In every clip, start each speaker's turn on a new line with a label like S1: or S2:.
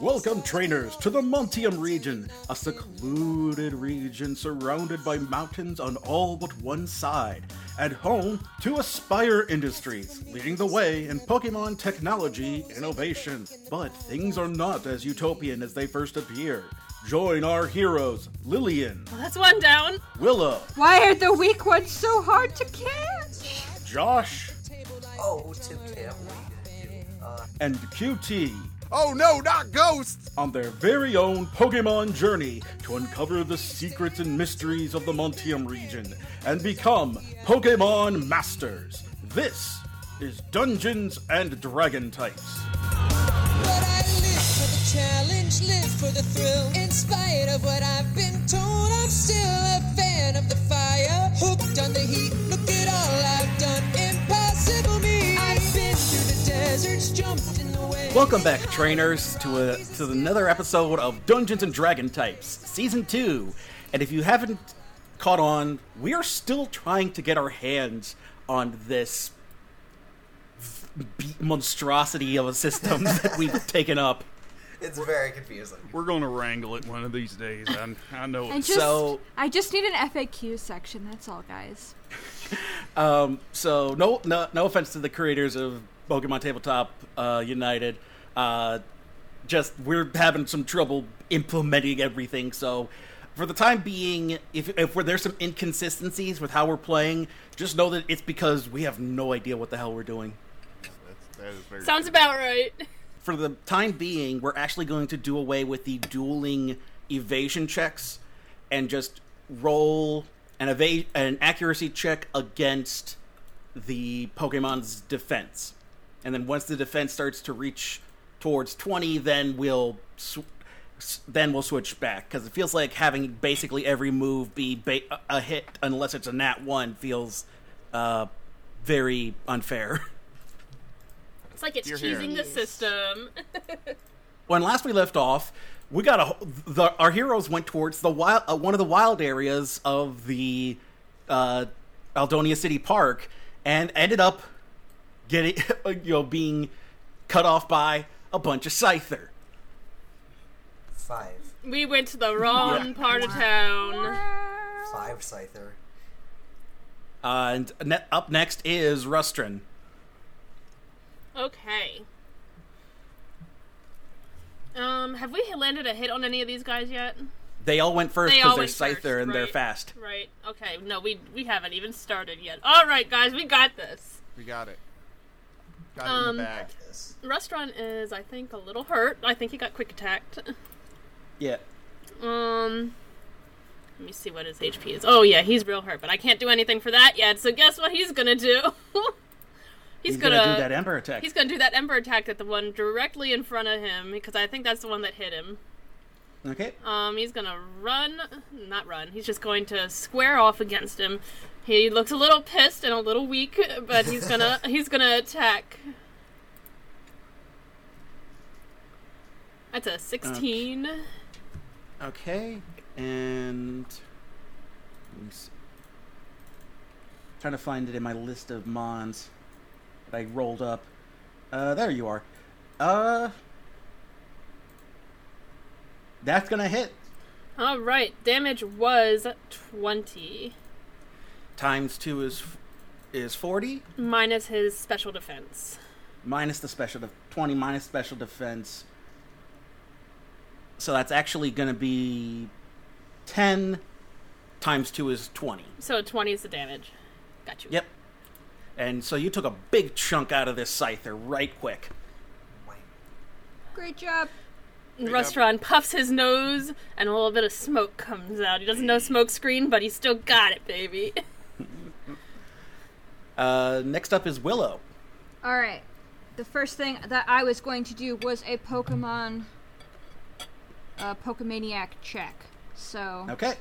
S1: Welcome, trainers, to the Montium region, a secluded region surrounded by mountains on all but one side, and home to Aspire Industries, leading the way in Pokemon technology innovation. But things are not as utopian as they first appear. Join our heroes, Lillian,
S2: Well, that's one down.
S1: Willow,
S3: Why are the weak ones so hard to catch?
S1: Josh,
S4: Oh, Tim Tam, what are you gonna do? Uh,
S1: and QT.
S5: Oh no, not ghosts!
S1: on their very own Pokemon journey to uncover the secrets and mysteries of the Montium region and become Pokemon Masters. This is Dungeons and Dragon Types.
S6: But I live for the challenge, live for the thrill. In spite of what I've been told, I'm still a fan of the fire. Hooked on the heat, look at all I've done. Impossible me. I've been through the deserts, jumped in the waves.
S7: Welcome back, trainers, to a to another episode of Dungeons and Dragon Types, season two. And if you haven't caught on, we are still trying to get our hands on this be- monstrosity of a system that we've taken up.
S4: it's very confusing.
S8: We're gonna wrangle it one of these days. I, I know.
S3: And
S8: it.
S3: just,
S7: So-
S3: I just need an FAQ section. That's all, guys.
S7: Um, so no, no, no offense to the creators of Pokemon Tabletop uh, United. Uh, just we're having some trouble implementing everything. So for the time being, if if we're, there's some inconsistencies with how we're playing, just know that it's because we have no idea what the hell we're doing.
S5: That's, that is very
S2: Sounds about right.
S7: For the time being, we're actually going to do away with the dueling evasion checks and just roll an eva- an accuracy check against the Pokemon's defense. And then once the defense starts to reach towards 20, then we'll sw- s- then we'll switch back cuz it feels like having basically every move be ba- a- a hit unless it's a nat 1 feels uh very unfair.
S2: It's like it's
S8: You're here.
S2: cheesing the system.
S7: when last we left off, we got a the, our heroes went towards the wild uh, one of the wild areas of the uh, Aldonia City Park and ended up getting uh, you know being cut off by a bunch of Scyther.
S4: Five.
S2: We went to the wrong part of town.
S4: Five Scyther.
S7: Uh, and ne- up next is Rustrin.
S2: Okay. Um, have we landed a hit on any of these guys yet?
S7: They all went first
S2: They
S7: because
S2: all
S7: they're
S2: went
S7: Scyther
S2: first,
S7: and they're
S2: right.
S7: fast.
S2: Right. Okay. No, we we haven't even started yet. All right, guys, we got this.
S5: We got it. Got it in
S2: Um,
S5: the bag.
S4: Yes.
S2: Restaurant is, I think, a little hurt. I think he got quick attacked.
S7: Yeah.
S2: Um, let me see what his HP is. Oh yeah, he's real hurt, but I can't do anything for that yet. So guess what he's gonna do? he's,
S7: He's gonna, do that Ember attack.
S2: He's gonna do that ember attack at the one directly in front of him because I think that's the one that hit him.
S7: okay.
S2: Um, he's gonna run, not run. He's just going to square off against him. He looks a little pissed and a little weak, but he's gonna he's gonna attack. That's a sixteen.
S7: Okay, and let me see. trying to find it in my list of mons that I rolled up. Uh, there you are. Uh, that's gonna hit
S2: All right, damage was twenty
S7: times two is is forty
S2: minus his special defense.
S7: minus the special def twenty minus special defense. So that's actually gonna be ten times two is twenty.
S2: So twenty is the damage. Got you.
S7: Yep. And so you took a big chunk out of this scyther right quick.
S4: Wait.
S3: Great job.
S2: Restaurant puffs his nose, and a little bit of smoke comes out. He doesn't know smoke screen, but he still got it, baby.
S7: Uh, next up is Willow.
S3: All right. The first thing that I was going to do was a Pokemon, uh, Pokemaniac check. So
S7: Okay.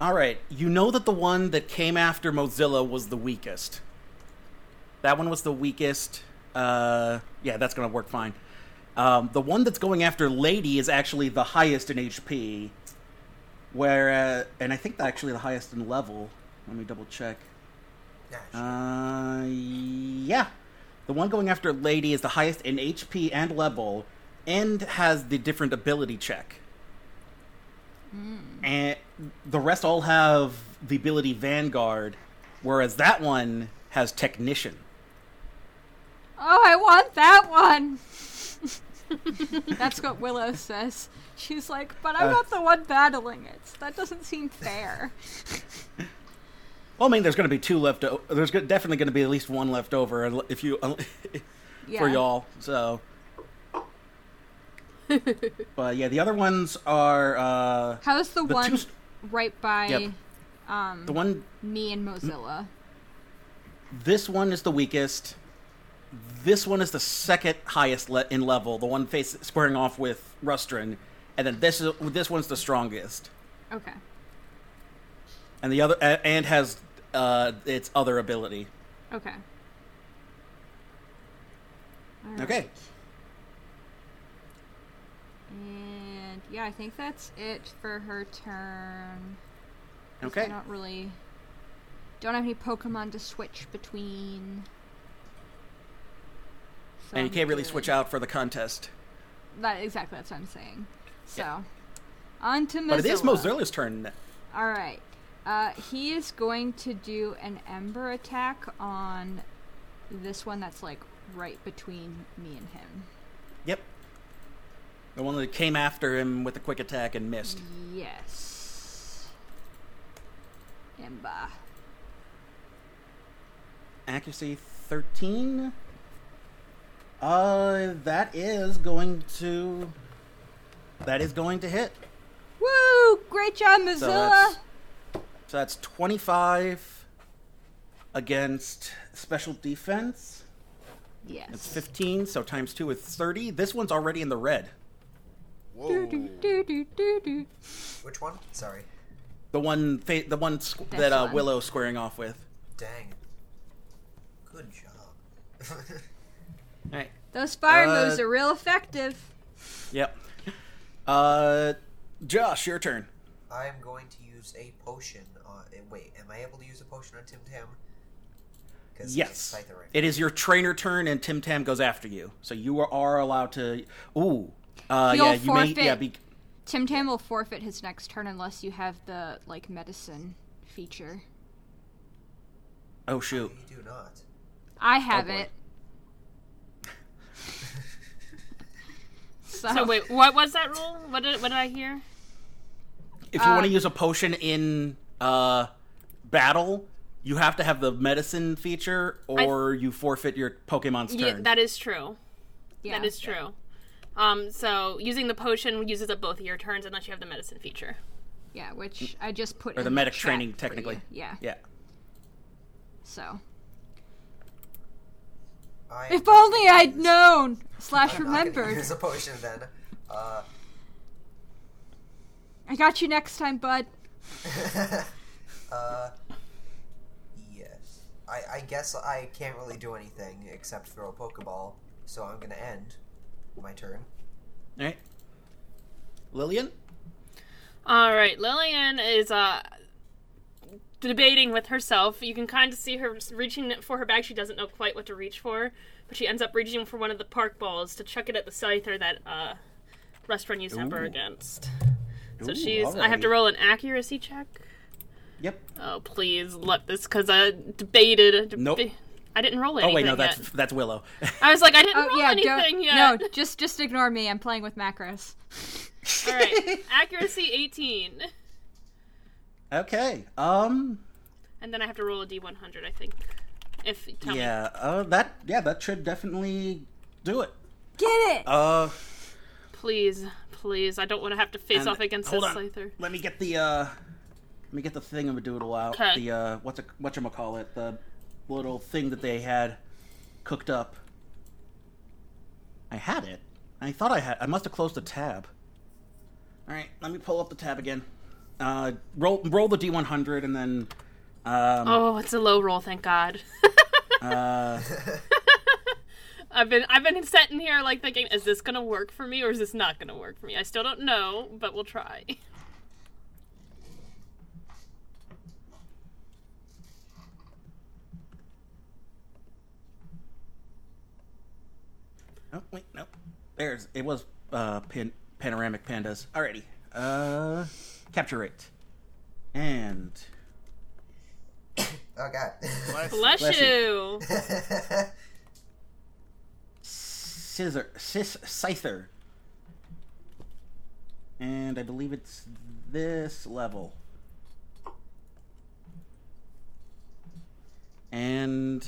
S7: All right. You know that the one that came after Mozilla was the weakest. That one was the weakest. Uh, yeah, that's going to work fine. Um, the one that's going after Lady is actually the highest in HP. Where, uh, and I think actually the highest in level. Let me double check.
S4: Yeah, sure.
S7: Uh, yeah. The one going after Lady is the highest in HP and level, and has the different ability check.
S3: Hmm.
S7: And the rest all have the ability Vanguard, whereas that one has Technician.
S3: Oh, I want that one. That's what Willow says. She's like, but I'm
S7: Uh.
S3: not the one battling it. That doesn't seem fair.
S7: Well, I mean, there's going to be two left. O- there's go- definitely going to be at least one left over unle- if you uh,
S3: Yeah.
S7: for y'all. So, but yeah, the other ones are uh,
S3: How's the,
S7: the
S3: one
S7: two. St-
S3: right by
S7: Yep.
S3: um,
S7: the one.
S3: me and Mozilla?
S7: This one is the weakest. This one is the second highest le- in level. The one face squaring off with Rustrin, and then this is, this one's the strongest,
S3: Okay.
S7: and the other a- and has uh, its other ability.
S3: Okay. All
S7: Okay.
S3: right. And yeah, I think that's it for her turn. 'Cause I
S7: Okay.
S3: don't really don't have any Pokemon to switch between. So
S7: And you
S3: I'm
S7: can't really
S3: good.
S7: switch out for the contest.
S3: That exactly. That's what I'm saying. So, on to Mozilla.
S7: But it is Mozilla's turn.
S3: All right. Uh, he is going to do an ember attack on this one that's like right between me and him.
S7: Yep. The one that came after him with a quick attack and missed.
S3: Yes. Ember.
S7: Accuracy 13. Uh, that is going to. That is going to hit.
S3: Woo! Great job, Mozilla.
S7: So that's. So that's 25 against special defense.
S3: yes.
S7: It's 15, so times 2 is 30. This one's already in the red.
S5: Whoa.
S3: Do, do, do, do.
S4: Which one? Sorry.
S7: The one fa- the one squ-
S3: This
S7: that uh,
S3: one.
S7: Willow squaring off with.
S4: Dang. Good job.
S7: All right.
S3: Those fire
S7: Uh,
S3: moves are real effective.
S7: Yep. Uh, Josh, your turn.
S4: I am going to use a potion. On, eh, wait, am I able to use a potion on Tim Tam? 'Cause he
S7: Yes.
S4: can't fight the right
S7: It is your trainer turn, and Tim Tam goes after you. So you are, are allowed to. Ooh. Uh,
S3: He'll
S7: yeah, you
S3: forfeit.
S7: may. Yeah, be,
S3: Tim Tam will forfeit his next turn unless you have the like medicine feature.
S7: oh, shoot.
S4: You do not.
S3: I have
S7: Oh, boy.
S3: it. so,
S2: So Oh, wait, what was that rule? What did what did I hear?
S7: If
S2: Uh,
S7: you want to use a potion in uh, battle, you have to have the medicine feature, or you forfeit your Pokemon's turn.
S2: Yeah, that is true.
S3: yeah.
S2: That is true. Um, so using the potion uses up both of your turns unless you have the medicine feature.
S3: Yeah, which I just put
S7: or
S3: in
S7: the medic
S3: chat
S7: training,
S3: for
S7: technically.
S3: you. Yeah.
S7: Yeah.
S3: So
S4: I
S3: if only I'd known slash
S4: I'm not gonna
S3: remembered.
S4: Use a potion then. Uh,
S3: I got you next time, bud.
S4: uh, yes. I, I guess I can't really do anything except throw a Pokeball, so I'm gonna end my turn.
S7: All right. Lillian?
S2: All right, Lillian is uh debating with herself. You can kind of see her reaching for her bag. She doesn't know quite what to reach for, but she ends up reaching for one of the park balls to chuck it at the scyther that uh restaurant used Ember
S7: Ooh.
S2: against. So
S7: Ooh,
S2: she's I have to
S7: alrighty.
S2: roll an accuracy check.
S7: Yep.
S2: Oh, please let this cuz I debated deb-
S7: Nope.
S2: I didn't roll
S7: Oh,
S2: anything.
S7: wait, no, that's
S2: yet.
S7: that's Willow.
S2: I was like I didn't
S3: Oh
S2: roll
S3: yeah,
S2: anything
S3: don't.
S2: yet.
S3: No, just just ignore me. I'm playing with macros.
S2: All right. Accuracy 18.
S7: okay. Um.
S2: And then I have to roll a d100, I think. If tell me.
S7: Yeah. Uh. That. Yeah. That should definitely do it.
S3: Get it.
S5: Oh.
S7: Uh.
S2: Please, please, I don't want to have to face
S7: And-
S2: off against
S7: hold
S2: this
S7: on.
S2: Scyther.
S7: Let me get the uh let me get the thingamadoodle out.
S2: Okay.
S7: The uh what's a whatchamacallit, call it? The little thing that they had cooked up. I had it. I thought I had I must have closed the tab. Alright, let me pull up the tab again. Uh roll roll the D one hundred and then um
S2: Oh, it's a low roll, thank God.
S7: uh
S2: I've been I've been sitting here like thinking, is this gonna work for me or is this not gonna work for me? I still don't know, but we'll try.
S7: Oh wait, no. There's it was uh pan, panoramic pandas. Alrighty. Uh capture rate. And
S4: Oh god.
S5: Bless
S2: Bless,
S5: you.
S7: Bless
S2: you.
S7: scissor sis scyther. And I believe it's this level. And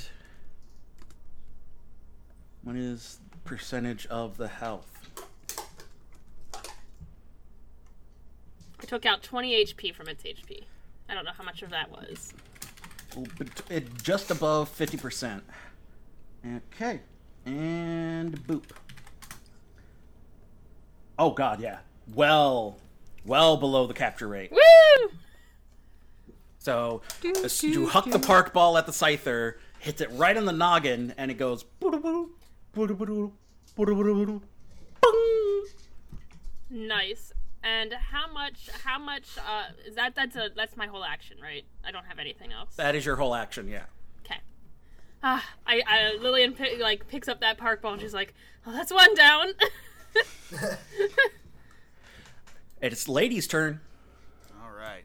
S7: what is percentage of the health?
S2: I took out 20 HP from its HP. I don't know how much of that was.
S7: Bet- it just above 50%. Okay. And boop. Oh god, yeah. Well, well below the capture rate.
S2: Woo!
S7: So as you huck the park ball at the scyther, hits it right in the noggin, and it goes boo-doo-boo, boo-doo-boo-doo, boo-doo-boo-doo-boo, bung.
S2: Nice. And how much? How much? Uh, is that that's a that's my whole action, right? I don't have anything else.
S7: That is your whole action, yeah.
S2: Okay. Ah, I, I Lillian pi- like picks up that park ball and she's like, "Oh, that's one down."
S7: And it's lady's turn.
S5: All right.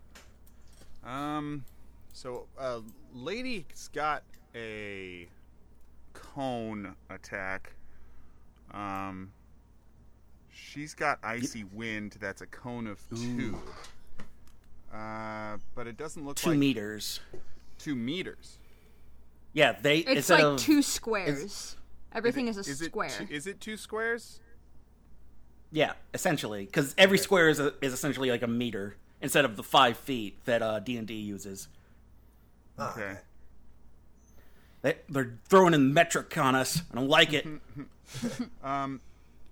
S5: Um, so uh, lady's got a cone attack. Um, she's got icy wind. That's a cone of two. Uh, but it doesn't look
S7: Two
S5: like
S7: meters.
S5: two meters.
S7: Yeah, they
S3: It's
S7: instead
S3: like
S7: of
S3: two squares. Everything is,
S5: is
S3: a
S5: it
S3: square.
S5: two- is it two squares?
S7: Yeah, essentially, because every square is, is essentially like a meter instead of the five feet that uh, D and D uses.
S4: Oh,
S5: Okay.
S7: They, they're throwing in metric on us. I don't like
S5: Mm-hmm.
S7: it.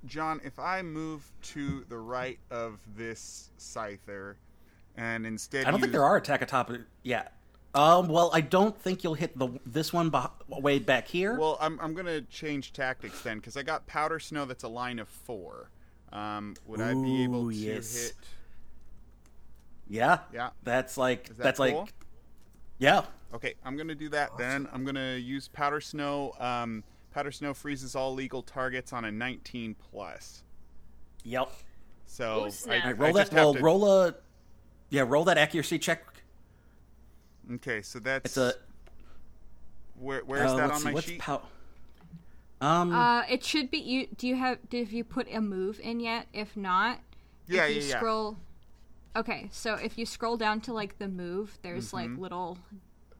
S5: John, if I move to the right of this scyther, and instead
S7: I don't
S5: use,
S7: think there are attack atop it yet. Um, well, I don't think you'll hit the this one beh way back here.
S5: Well, I'm, I'm gonna change tactics then because I got powder snow. That's a line of four. Um, would I be able
S7: Ooh,
S5: to
S7: yes.
S5: hit?
S7: yeah,
S5: yeah.
S7: That's like
S5: Is that
S7: that's
S5: cool?
S7: like yeah.
S5: Okay, I'm gonna do that then. I'm gonna use powder snow. Um, powder snow freezes all legal targets on a 19 plus.
S7: Yep.
S5: So
S2: Ooh, snap.
S5: I,
S2: Alright,
S5: I
S7: Roll
S5: just
S7: that.
S5: have
S7: Well,
S5: to-
S7: roll a yeah. Roll that accuracy check.
S5: Okay, so that's
S7: It's a
S5: where, where's
S7: uh,
S5: that
S7: let's
S5: on
S7: see,
S5: my
S7: what's
S5: sheet? Oh,
S7: pow- um.
S3: Uh, it should be you. Do you have? Did you put a move in yet? If not,
S5: yeah,
S3: if you
S5: yeah, yeah.
S3: scroll. Okay, so if you scroll down to like the move, there's like little,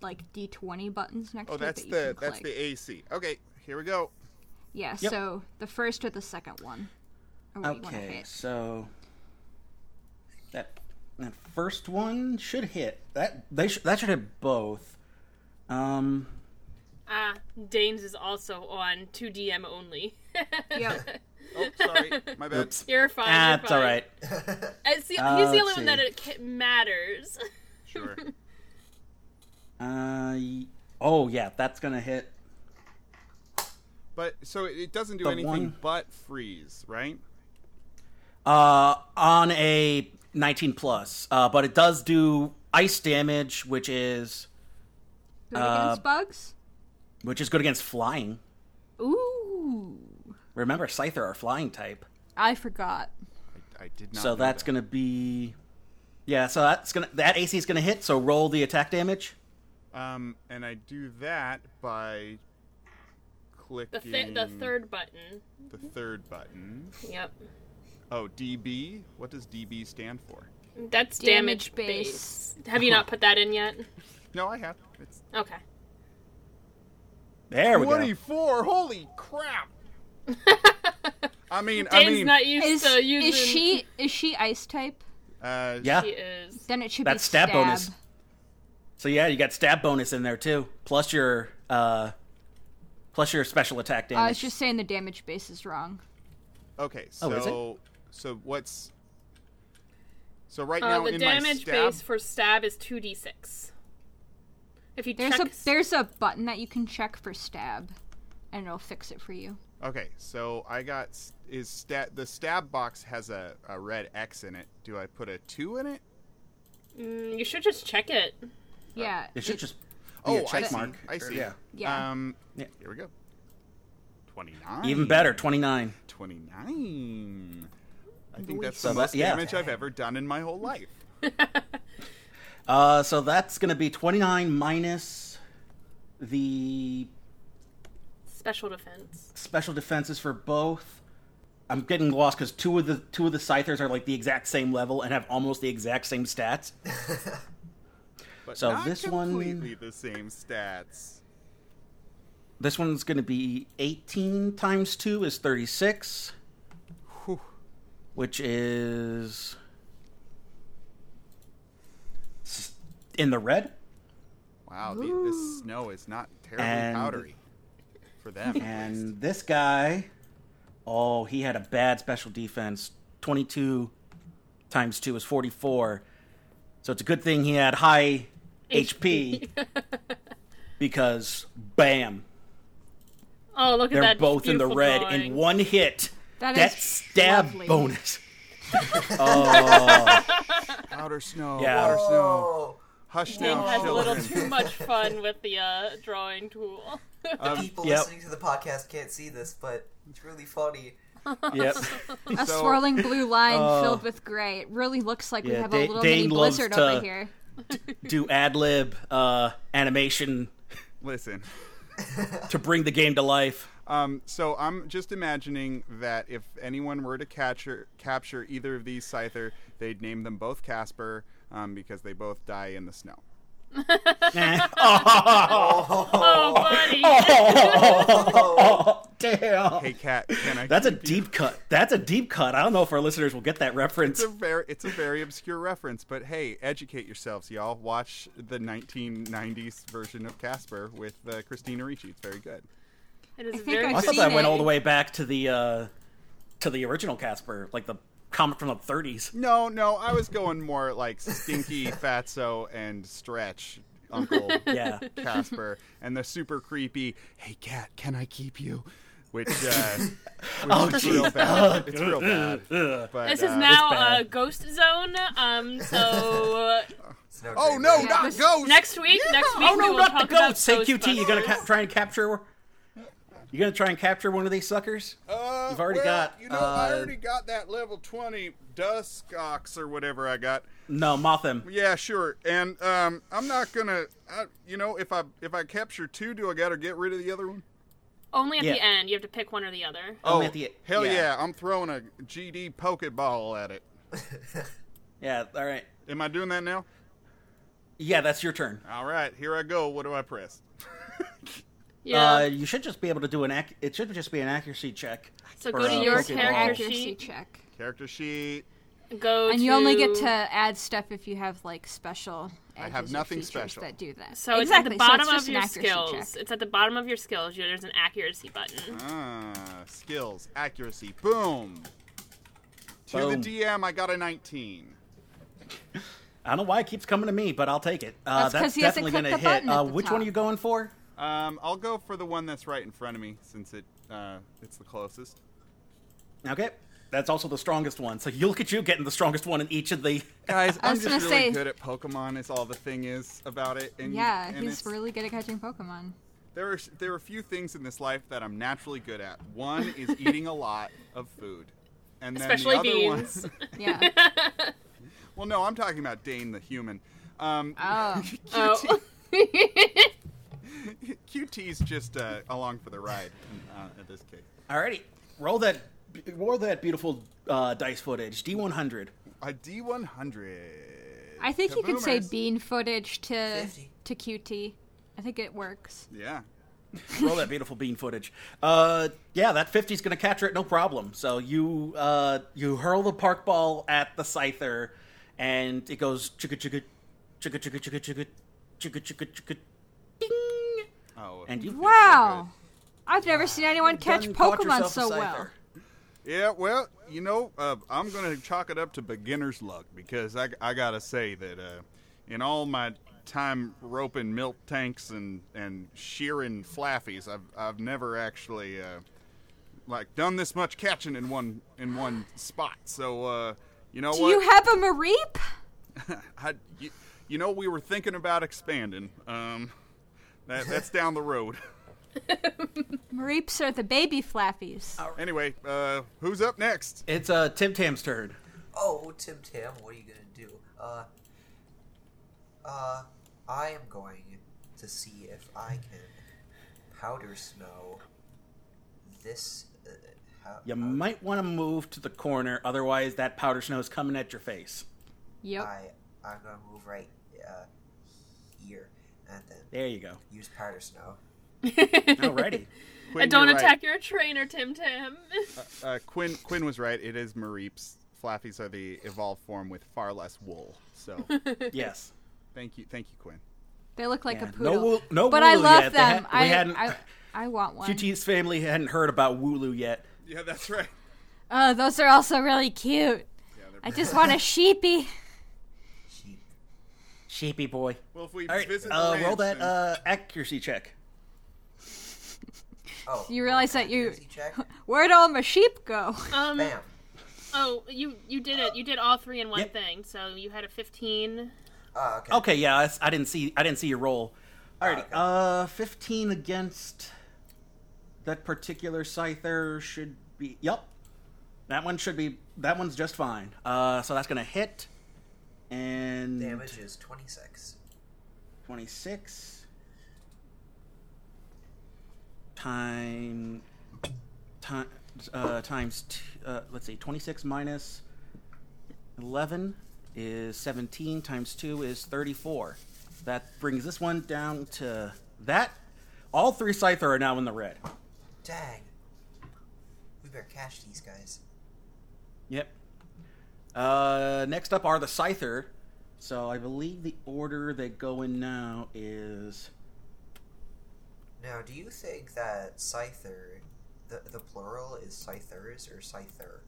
S3: like D twenty buttons next
S5: Mm-hmm. oh,
S3: to it
S5: that's
S3: that you can
S5: the that's
S3: click.
S5: the AC. Okay, here we go.
S3: Yeah,
S7: Yep.
S3: so the first or the second one. Or what you wanna
S7: Okay,
S3: hit.
S7: so that that first one should hit. That they sh- that should hit both. Um,
S2: Ah, Danes is also on 2DM only.
S3: Yep.
S5: Oh, sorry, my bad.
S2: you're fine. Oh, you're
S7: that's all
S2: fine.
S7: right.
S2: It's the,
S7: Uh,
S2: he's the
S7: let's
S2: only
S7: see.
S2: one that it ca- matters.
S5: Sure.
S7: Uh, y- oh yeah, that's gonna hit.
S5: But so it, it doesn't do
S7: The
S5: anything
S7: one-
S5: but freeze, right?
S7: Uh, on a 19 plus. Uh, but it does do ice damage, which is
S3: Good against bugs.
S7: which is good against flying.
S3: Ooh,
S7: Remember, Scyther are flying type.
S3: I forgot.
S5: I did not.
S7: So
S5: know
S7: that's
S5: that.
S7: gonna be, yeah. So that's gonna that AC is gonna hit. So roll the attack damage.
S5: Um, and I do that by
S2: The,
S5: clicking
S2: th-
S7: Hmm.
S2: the third button.
S5: the third button.
S2: Yep.
S5: Oh, DB. What does DB stand for?
S2: That's damage,
S3: Damage
S2: base. Have you not put that in yet?
S5: No, I have. It's
S2: Okay.
S7: There we go.
S5: twenty-four. Holy crap! I mean, I
S2: Dane's
S5: mean,
S2: not used
S3: Is,
S2: to using.
S3: is she is she ice type?
S5: uh,
S7: Yeah.
S2: She is.
S3: Then it should be
S7: That's stab, bonus. So yeah, you got stab bonus in there too, plus your uh, plus your special attack
S3: I was
S7: damage.
S3: just saying the damage base is wrong.
S5: Okay, so
S7: Oh, is it?
S5: so what's so right
S2: Uh,
S5: now
S2: the
S5: in my
S2: damage
S5: stab,
S2: base for stab is 2d6. If you
S3: There's
S2: check,
S3: a there's a button that you can check for stab, and it'll fix it for you.
S5: Okay, so I got s- is stat the stab box has a, a red X in it. Do I put a two in it?
S2: Mm, you should just check it.
S3: Yeah.
S7: Uh, it should just be
S5: Oh,
S7: a check
S5: I see.
S7: mark.
S5: I see.
S7: Yeah.
S3: Yeah.
S5: Um,
S7: Yeah.
S5: Here we go. 29.
S7: Even better, 29.
S5: 29. I think that's
S7: So
S5: the most
S7: that- yeah.
S5: damage I've ever done in my whole life.
S7: Uh, so that's going to be 29 minus the
S2: Special defense.
S7: special defenses for both. I'm getting lost because two of the two of the scythers are like the exact same level and have almost the exact same stats.
S5: But
S7: So
S5: not
S7: this one-
S5: completely the same stats.
S7: This one's going to be 18 times 2 is 36,
S5: Whew.
S7: which is s- in the red.
S5: Wow, the, this snow is not terribly
S7: And-
S5: powdery for them. at least.
S7: And this guy, oh, he had a bad special defense. 22 times 2 is 44. So it's a good thing he had high HP because bam,
S2: Oh, look at
S7: they're
S2: that.
S7: both in the
S2: beautiful
S7: red
S2: drawing.
S7: in one hit.
S3: That
S7: That
S3: is
S7: stab
S3: lovely.
S7: bonus.
S5: powder snow,
S7: Yeah.
S5: water snow.
S4: Oh,
S5: Hush
S2: Ding
S5: now,
S2: has a little
S5: children. Oh.
S2: too much fun with the uh, drawing tool.
S4: people
S7: yep.
S4: listening to the podcast can't see this, but it's really funny.
S7: Yep.
S3: A
S5: So-
S3: swirling blue line filled with gray. It really looks like we
S7: uh, Yeah,
S3: have
S7: Da-
S3: a little
S7: Dane
S3: mini
S7: loves
S3: blizzard
S7: to-
S3: over here.
S7: Do ad lib uh, animation
S5: Listen.
S7: to bring the game to life.
S5: Um, so I'm just imagining that if anyone were to capture capture either of these Scyther, they'd name them both Casper um, because they both die in the snow.
S7: Eh. oh,
S2: Oh, buddy.
S7: damn.
S5: Hey, cat, can I?
S7: That's a
S5: keep you?
S7: deep cut. That's a deep cut. I don't know if our listeners will get that reference.
S5: It's a very it's a very obscure reference, but hey, educate yourselves, y'all. Watch the 1990s version of Casper with uh, Christina Ricci. It's very good.
S2: It is
S3: think
S2: very
S3: I've
S7: I
S2: good.
S7: thought
S3: seen
S7: that went
S3: it.
S7: all the way back to the uh, to the original Casper, like the comic from the 30s.
S5: No, no, I was going more like stinky fatso and stretch uncle
S7: Yeah.
S5: Casper and the super creepy. Hey, cat, can I keep you? Which, uh, which is real bad. It's real bad. But,
S2: This is
S5: uh,
S2: now
S7: bad.
S2: uh, Ghost Zone. Um, so uh,
S4: It's no
S5: Oh
S4: great
S5: no,
S4: way.
S5: not
S3: this-
S5: ghost.
S2: next week, next week
S7: Oh
S2: we
S7: no,
S2: will
S7: not the
S2: talk about
S7: goats! Hey QT, you gonna ca-
S2: Ghostbusters.
S7: try and capture? You gonna try and capture one of these suckers?
S5: Uh,
S7: You've already
S5: well,
S7: got,
S5: You know, I
S7: uh,
S5: already got that level twenty Duskox or whatever I got.
S7: No, moth him.
S5: Yeah, sure. And um, I'm not gonna. I, you know, if I if I capture two, do I gotta get rid of the other one?
S2: Only at
S7: Yeah. Uh,
S2: the end, you have to pick one or the other.
S7: Only at the-
S5: Oh, hell
S7: yeah.
S5: e-, yeah. I'm throwing a GD Pokeball at it.
S7: Yeah, all right.
S5: Am I doing that now?
S7: Yeah, that's your turn.
S5: All right, here I go. What do I press?
S2: Yeah.
S7: Uh, you should just be able to do an ac- it should just be an accuracy check.
S2: so
S7: for,
S2: go to
S7: uh,
S2: your
S7: Pokeball.
S2: character
S3: accuracy
S2: sheet.
S3: check.
S5: Character sheet.
S2: Go
S3: And you only get to
S2: to
S3: add stuff if you have like special.
S5: I have
S3: edges or
S5: nothing
S3: features
S5: special.
S3: that do that.
S2: So
S3: exactly.
S2: it's at the bottom
S3: so it's just
S2: of your
S3: an accuracy
S2: skills.
S3: Check.
S2: It's at the bottom of your skills. You- There's an accuracy button.
S5: Ah, skills, accuracy.
S7: Boom.
S5: Boom. To the DM, I got a 19.
S7: I don't know why it keeps coming to me, but I'll take it. Uh,
S3: That's 'cause
S7: that's
S3: he hasn't
S7: definitely gonna
S3: clicked the
S7: hit.
S3: button at
S7: Uh,
S3: the
S7: which one
S3: top.
S7: are you going for?
S5: Um, I'll go for the one that's right in front of me since it uh, it's the closest.
S7: Okay, that's also the strongest one. So you look at you getting the strongest one in each of the.
S5: Guys,
S3: I
S5: I'm
S3: was
S5: just
S3: gonna
S5: really
S3: say-
S5: good at Pokemon. Is all the thing is about it. And
S3: Yeah,
S5: and
S3: he's
S5: it's-
S3: really good at catching Pokemon.
S5: There are there are a few things in this life that I'm naturally good at. One is eating a lot of food, and then
S2: Especially
S5: the other
S2: beans.
S5: one.
S3: Yeah.
S5: Well, no, I'm talking about Dane the human. Um,
S3: Oh.
S2: Uh, oh.
S5: QT's just uh, along for the ride uh, in this case.
S7: Alrighty, roll that, roll that beautiful uh, dice footage. D one hundred.
S5: A D100.
S3: I think you could say
S5: Kaboomers.
S3: bean footage to
S4: 50.
S3: to QT. I think it works.
S5: Yeah.
S7: Roll that beautiful bean footage. Uh, yeah, that 50's gonna capture it, no problem. So you uh, you hurl the park ball at the scyther, and it goes chicka chicka chicka chicka chicka chicka chicka chicka chicka ding,
S5: Oh.
S7: and you
S3: Wow. I've never seen anyone catch
S7: done caught
S3: Pokemon
S7: yourself a
S3: so
S7: scyther.
S3: well.
S5: Yeah, well, you know, uh, I'm going to chalk it up to beginner's luck because I, I got to say that uh, in all my time roping milk tanks and, and shearing flaffies, I've, I've never actually uh, like done this much catching in one in one spot. So, uh, you know
S3: Do
S5: what?
S3: you have a Mareep?
S5: I, you, you know, we were thinking about expanding. Um, that, that's down the road.
S3: Mareeps are the baby flappies.
S5: Anyway, uh, who's up next?
S7: It's uh, Tim Tam's turn.
S4: Oh, Tim Tam, what are you gonna do? Uh, uh, I am going to see if I can powder snow this. Uh, how,
S7: You might want to move to the corner, otherwise that powder snow is coming at your face.
S3: Yep.
S4: I I'm gonna move right uh, here and then
S7: There you go.
S4: use powder snow.
S7: Alrighty.
S5: Quinn,
S2: And don't
S5: you're right.
S2: attack your trainer, Tim Tam.
S5: Uh, Quinn Quinn was right. It is Mareeps. Flappies are the evolved form with far less wool. So
S7: yes.
S5: thank you, thank you, Quinn.
S3: They look like
S7: Yeah,
S3: a
S7: no
S3: poodle.
S7: wool- no
S3: but I
S7: wool
S3: love
S7: yet. They
S3: them.
S7: ha- we
S3: I,
S7: hadn't-
S3: I I want one.
S7: QT's family hadn't heard about Wooloo yet.
S5: Yeah, that's right.
S3: Oh, those are also really cute. I just want a sheepy.
S4: Sheep.
S7: Sheepy boy.
S5: Well, if we
S7: All right,
S5: visit the
S7: uh, roll
S5: ranch,
S7: that
S5: then-
S7: uh, accuracy check.
S4: Oh,
S3: You realize that you
S4: accuracy check?
S3: where'd all my sheep go?
S2: um.
S4: Bam.
S2: Oh, you you did it. You did all three in one
S7: Yep.
S2: thing. So you had a fifteen.
S4: Oh, okay.
S7: Okay, yeah, I, s- I didn't see. I didn't see your roll. Alrighty, uh, fifteen against that particular scyther should be. Yup, that one should be. That one's just fine. Uh, so that's gonna hit, and
S4: Damage is twenty six.
S7: 26 time time uh, times t- uh, let's see 26 minus 11 is 17 times 2 is 34 that brings this one down to that all three scyther are now in the red
S4: Dang. We better catch these guys.
S7: Yep. Uh, next up are the Scyther. So I believe the order they go in now is
S4: Now, do you think that Scyther, the, the plural is Scythers or Scyther?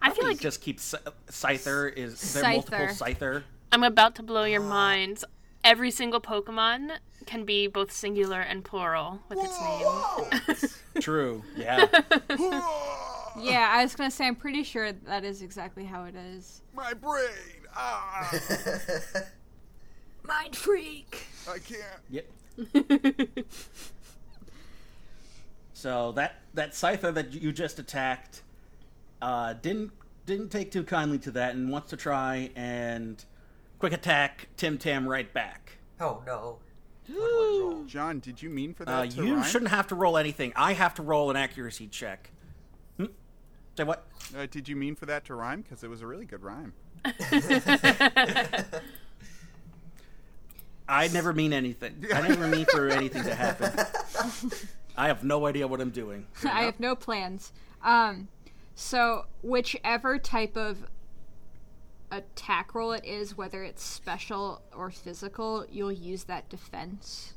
S2: I feel like
S7: just keep Scy- Scyther is there are multiple
S3: Scyther.
S7: Scyther.
S2: I'm about to blow your minds. Every single Pokemon can be both singular and plural with its name.
S7: True. Yeah.
S3: yeah, I was gonna say I'm pretty sure that is exactly how it is.
S5: My brain. Ah,
S3: Mind freak.
S5: I can't.
S7: yep. so that that Scyther that you just attacked uh, didn't didn't take too kindly to that and wants to try and quick attack Tim Tam right back.
S4: oh no. What do I roll?
S5: John, did you mean for that?
S7: Uh,
S5: to
S7: you
S5: rhyme?
S7: shouldn't have to roll anything. I have to roll an accuracy check. Hmm? Say what?
S5: Uh, did you mean for that to rhyme? Because it was a really good rhyme.
S7: I never mean anything. I never mean for anything to happen. I have no idea what I'm doing.
S3: I have no plans. Um, so whichever type of attack roll it is, whether it's special or physical, you'll use that defense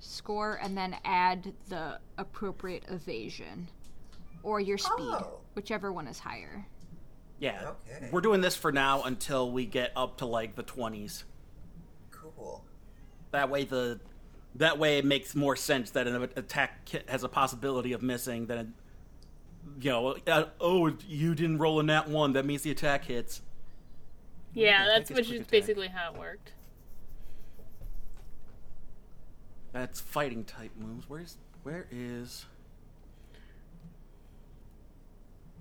S3: score and then add the appropriate evasion or your speed,
S4: Oh.
S3: whichever one is higher.
S7: Yeah.
S4: Okay.
S7: We're doing this for now until we get up to like the 20s.
S4: Cool.
S7: That way the that way it makes more sense that an attack ki- has a possibility of missing than you know, uh, oh, you didn't roll in that one. That means the attack hits.
S2: Yeah, that's
S7: is
S2: which
S7: quick
S2: is
S7: attack.
S2: basically how it worked.
S7: That's fighting type moves. Where's where is?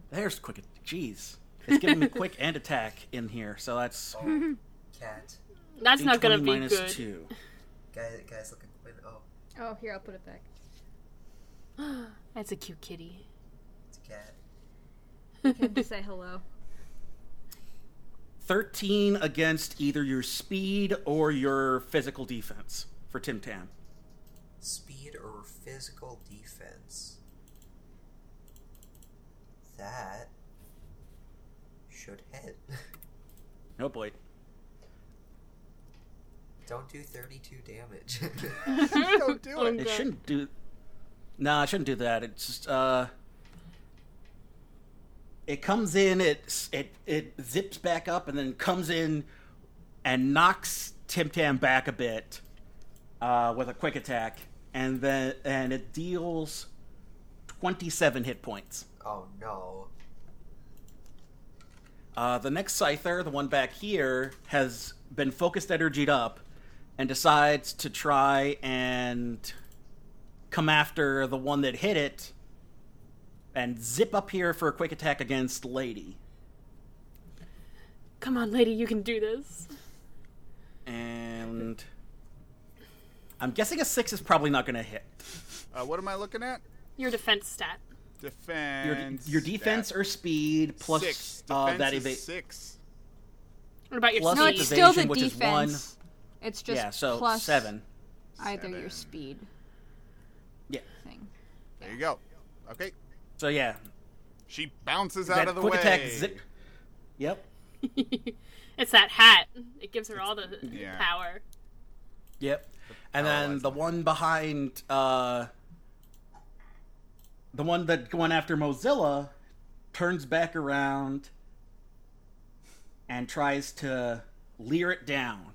S7: There's quick. Jeez, it's giving me quick and attack in here. So that's
S4: Cat.
S2: That's not gonna
S7: D20
S2: be
S7: minus
S2: good.
S7: two.
S4: Guys, guys, look at Quinn. Oh,
S3: Oh, here, I'll put it back.
S2: That's a cute kitty.
S4: it's a cat.
S3: Came to say hello.
S7: Thirteen against either your speed or your physical defense for Tim Tam.
S4: Speed or physical defense. That should hit.
S7: Oh boy.
S4: Don't do 32 damage.
S5: Don't do it.
S7: It shouldn't do. Nah, it shouldn't do that. It's just uh. It comes in. It it it zips back up and then comes in, and knocks Tim Tam back a bit, uh, with a quick attack, and then and it deals twenty seven hit points.
S4: oh no.
S7: Uh, the next Scyther, the one back here, has been focused energied up and decides to try and come after the one that hit it and zip up here for a quick attack against Lady.
S2: Come on, lady, you can do this.
S7: And I'm guessing a six is probably not going to hit.
S5: Uh, what am I looking at?
S2: Your defense stat.
S7: Your,
S5: Defense.
S7: your defense
S5: stat.
S7: or speed plus
S5: six.
S7: uh,
S5: Defense
S7: that
S5: is
S7: evade.
S5: six.
S2: What about your
S7: Plus
S3: No,
S2: speed?
S3: it's still the
S7: evasion, which is one.
S3: defense. It's just
S7: Yeah, so
S3: plus
S7: seven.
S3: either
S5: Seven.
S3: your speed
S7: Yeah.
S3: thing.
S5: There you go. Okay.
S7: So yeah,
S5: She bounces
S7: that
S5: out of the
S7: quick
S5: way.
S7: attack zip. Yep.
S2: It's that hat. It gives her all the
S5: Yeah.
S2: power.
S7: Yep. And then the one behind uh the one that going after Mozilla turns back around and tries to leer it down.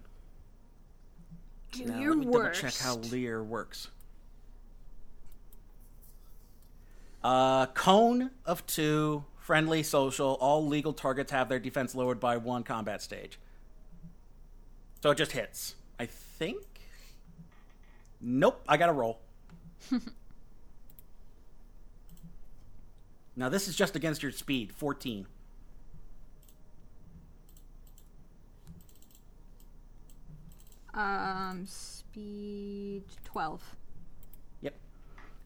S3: Do
S7: Now,
S3: your
S7: let me
S3: worst.
S7: double check how leer works. Uh cone of 2 friendly social all legal targets have their defense lowered by one combat stage. So it just hits. I think Nope, I got to roll. now this is just against your speed, 14.
S3: Um, speed twelve.
S7: Yep.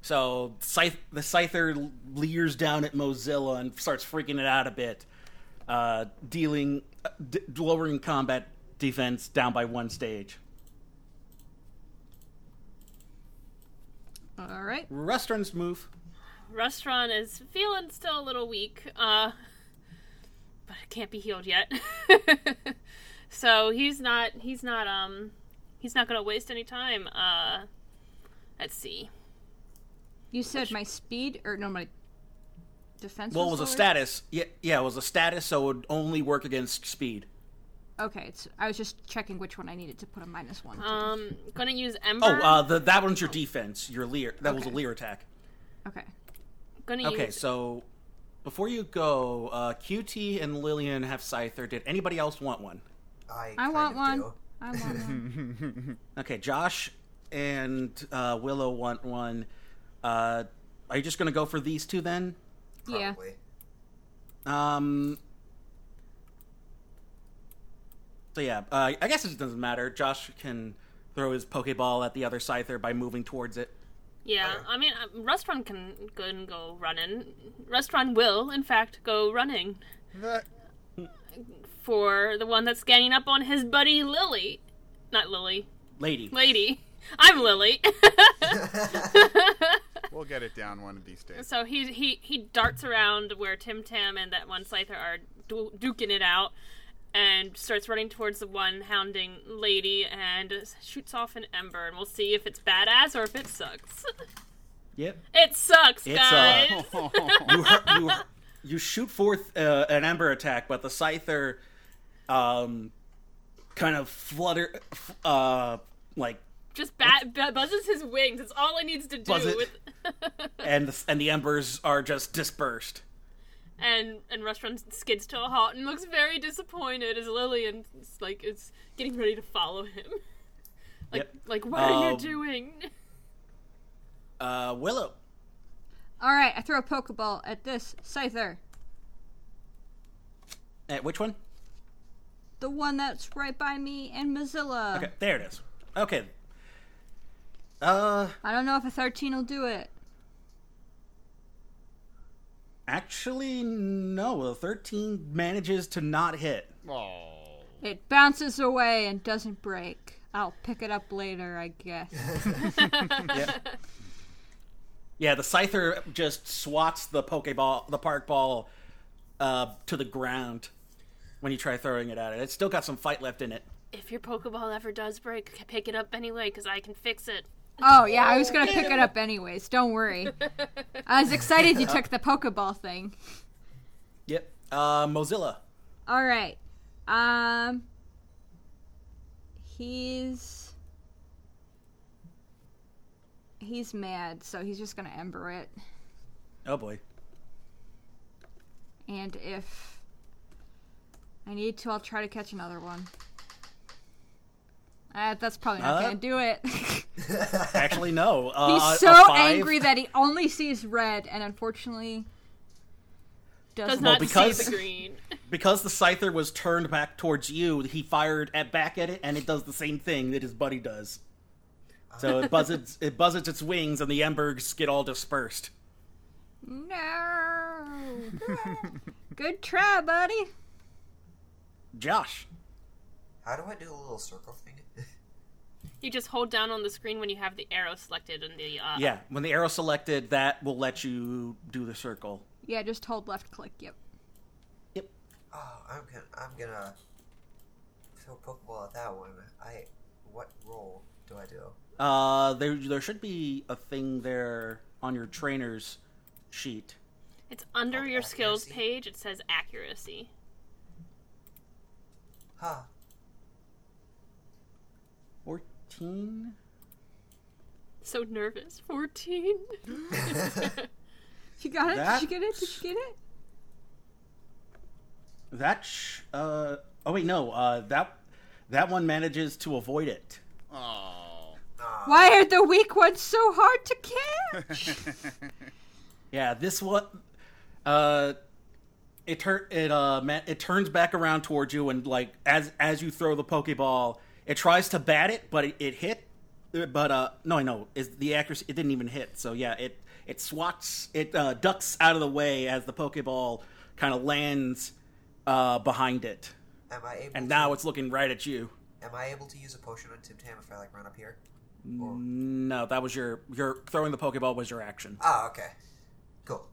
S7: So Scythe, the Scyther leers down at Mozilla and starts freaking it out a bit, uh, dealing, uh, d- lowering combat defense down by one stage.
S3: All right.
S7: Restaurant's move.
S2: Restaurant is feeling still a little weak, uh, but it can't be healed yet. so he's not. He's not. Um, he's not gonna waste any time. Uh, let's see.
S3: You said my speed or no my defense.
S7: Well, it was a
S3: lower?
S7: status. Yeah, yeah, it was a status, so it would only work against speed.
S3: Okay, it's, I was just checking which one I needed to put a minus one. To.
S2: Um, gonna use
S7: Oh,
S2: Ember.
S7: uh, the, that one's your defense. Your leer. That was a
S3: Okay.
S7: leer attack.
S3: okay.
S2: gonna
S7: Okay,
S2: use.
S7: so before you go, uh, QT and Lillian have Scyther. Did anybody else want one?
S4: I,
S3: I
S4: kind
S3: want
S4: of
S3: one.
S4: do.
S3: I want one.
S7: Okay, Josh and uh, Willow want one. Uh, are you just going to go for these two then?
S3: yeah.
S4: Probably.
S7: Um, so yeah, uh, I guess it doesn't matter. Josh can throw his Pokeball at the other Scyther by moving towards it.
S2: Yeah, I mean, uh, restaurant can go and go running. Restaurant will, in fact, go running
S5: That-
S2: for the one that's ganging up on his buddy Lily. Not Lily,
S7: Lady.
S2: lady. I'm Lily.
S5: We'll get it down one of these days.
S2: so he he he darts around where Tim Tam and that one Scyther are du- duking it out, and starts running towards the one hounding lady and shoots off an ember. And we'll see if it's badass or if it sucks.
S7: Yep.
S2: it sucks,
S7: It
S2: guys.
S7: sucks. you, hu- you, hu- you shoot forth uh, an ember attack, but the scyther um, kind of flutter, f- uh, like,
S2: Just bat, bu- buzzes his wings. It's all it needs to do.
S7: Buzz it.
S2: With,
S7: and the, and the embers are just dispersed.
S2: and and Restaurant skids to a halt and looks very disappointed as Lillian is, like is getting ready to follow him. Like
S7: Yep.
S2: like what are
S7: Um,
S2: you doing?
S7: Uh, Willow,
S3: All right, I throw a pokeball at this scyther,
S7: at Eh, which one?
S3: the one that's right by me and Mozilla.
S7: Okay, there it is. Okay. Uh,
S3: I don't know if a thirteen will do it.
S7: actually, no. A thirteen manages to not hit.
S5: Oh.
S3: It bounces away and doesn't break. I'll pick it up later, I guess.
S7: Yeah, the scyther just swats the pokeball, the park ball, uh, to the ground when you try throwing it at it. It's still got some fight left in it.
S2: If your Pokeball ever does break, pick it up anyway because I can fix it.
S3: Oh yeah, I was gonna pick it up anyways. Don't worry. I was excited you took the Pokeball thing.
S7: Yep. Uh, Mozilla.
S3: All right. Um. He's he's mad, so he's just gonna ember it.
S7: Oh boy.
S3: And if I need to, I'll try to catch another one. Uh, that's probably not
S7: Uh,
S3: gonna do it.
S7: Actually, no. Uh,
S3: He's
S7: a- a
S3: so
S7: five-
S3: angry that he only sees red, and unfortunately, does,
S2: Does
S3: not.
S2: not
S7: because-
S2: see the green.
S7: because the scyther was turned back towards you, he fired at back at it, and it does the same thing that his buddy does. So it buzzes, it buzzes its wings, and the embers get all dispersed.
S3: No. Good try, buddy.
S7: Josh,
S4: How do I do a little circle thing?
S2: You just hold down on the screen when you have the arrow selected and the uh,
S7: yeah, when the arrow selected, that will let you do the circle.
S3: Yeah, just hold left click. Yep.
S7: Yep.
S4: oh, I'm gonna, I'm gonna throw Pokeball at that one. I, what roll do I do?
S7: Uh, there, there should be a thing there on your trainer's sheet.
S2: It's under your skills
S4: accuracy.
S2: page. It says accuracy.
S4: Huh?
S7: Fourteen.
S2: So nervous. 14.
S3: You got it.
S7: That-
S3: Did you get it? Did you get it?
S7: That. Sh- uh. Oh wait, no. Uh. That. That one manages to avoid it.
S5: Oh.
S3: Why are the weak ones so hard to catch?
S7: Yeah, this one. Uh, it tur- it uh ma- it turns back around towards you and like as as you throw the pokeball, it tries to bat it, but it, it hit. But uh, no, I know is the accuracy. It didn't even hit. So yeah, it it swats. It uh, ducks out of the way as the pokeball kind of lands uh behind it,
S4: Am I able?
S7: and
S4: to,
S7: now it's looking right at you.
S4: am I able to use a potion on Tim Tam if I like run up here?
S7: No, that was your your throwing the pokeball was your action.
S4: Ah, okay, cool.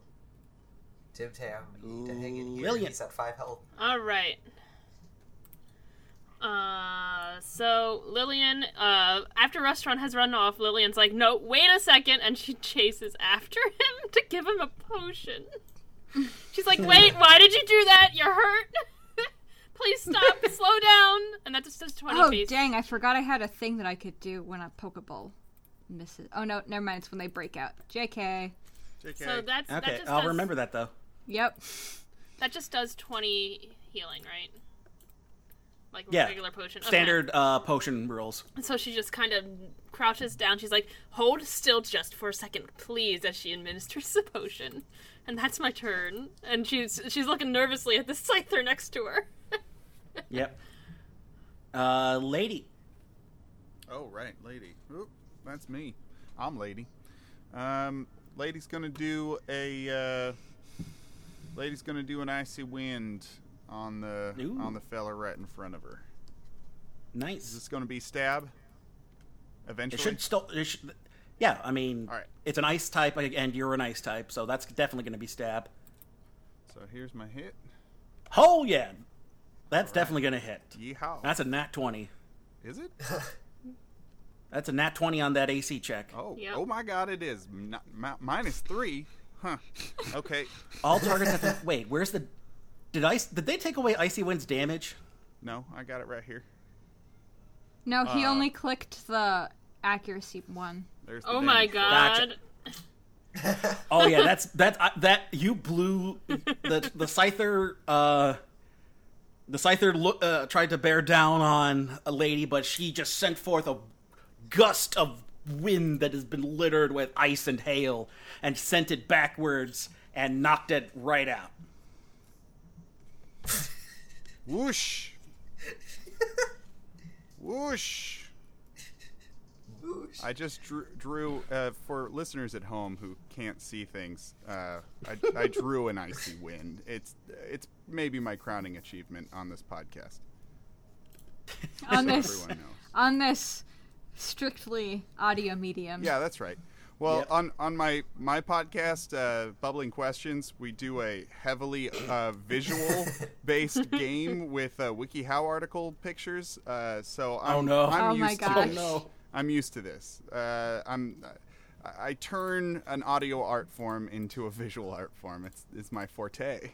S4: Tim Tam, you need to hang in here.
S7: Lillian.
S4: He's at five health.
S2: All right. Uh, so Lillian, uh, after Restaurant has run off, Lillian's like, no, wait a second, and she chases after him to give him a potion. She's like, wait, why did you do that? You're hurt. Please stop, slow down. And that just does 20
S3: oh
S2: feet.
S3: dang! I forgot I had a thing that I could do when a Pokeball misses. Oh no, never mind. It's when they break out. Jk.
S5: JK.
S2: So that's, that
S7: Okay,
S2: just
S7: I'll
S2: does,
S7: remember that though.
S3: Yep.
S2: That just does 20 healing, right? Like
S7: Yeah.
S2: regular potion. Okay.
S7: Standard uh, potion rules.
S2: So she just kind of crouches down. She's like, "Hold still just for a second, please," as she administers the potion. And that's my turn. And she's she's looking nervously at the scyther next to her.
S7: Yep. Uh, lady.
S5: Oh right, lady. Oop, that's me. I'm lady. Um, lady's gonna do a. Uh, lady's gonna do an icy wind on the
S7: Ooh.
S5: on the fella right in front of her. Is
S7: Nice.
S5: this gonna be stab?
S7: It
S5: Eventually.
S7: should still. It should, yeah, I mean,
S5: All right.
S7: it's an ice type, and you're an ice type, so that's definitely going to be stab.
S5: So here's my hit.
S7: Oh yeah, that's definitely going to hit.
S5: Yeehaw.
S7: That's a nat twenty.
S5: Is it?
S7: That's a nat twenty on that AC check.
S5: Oh.
S2: Yep.
S5: Oh my God! It is mi- mi- minus three. Huh. Okay.
S7: All targets have to. Wait, where's the? Did ice? Did they take away icy wind's damage?
S5: no, I got it right here.
S3: No,
S5: Uh,
S3: he only clicked the accuracy one.
S5: There's. The
S2: Oh my
S5: damage roll.
S2: god.
S7: Gotcha. Oh yeah, that's that uh, that you blew the the scyther. Uh, the scyther lo- uh, tried to bear down on a lady, but she just sent forth a gust of wind that has been littered with ice and hail, and sent it backwards and knocked it right out.
S5: Whoosh. Whoosh. I just drew, drew uh, for listeners at home who can't see things. Uh, I, I drew an icy wind. It's it's maybe my crowning achievement on this podcast.
S3: On this,
S5: Everyone knows.
S3: on this strictly audio medium.
S5: Yeah, that's right. Well,
S7: Yep.
S5: on on my my podcast, uh, Bubbling Questions, we do a heavily uh, visual based game with uh, WikiHow article pictures. Uh, so I'm,
S7: no.
S5: I'm
S3: Oh my
S5: used
S3: gosh.
S5: To this.
S3: Oh, no.
S5: I'm used to this. Uh, I'm. I- I turn an audio art form into a visual art form. It's, it's my forte.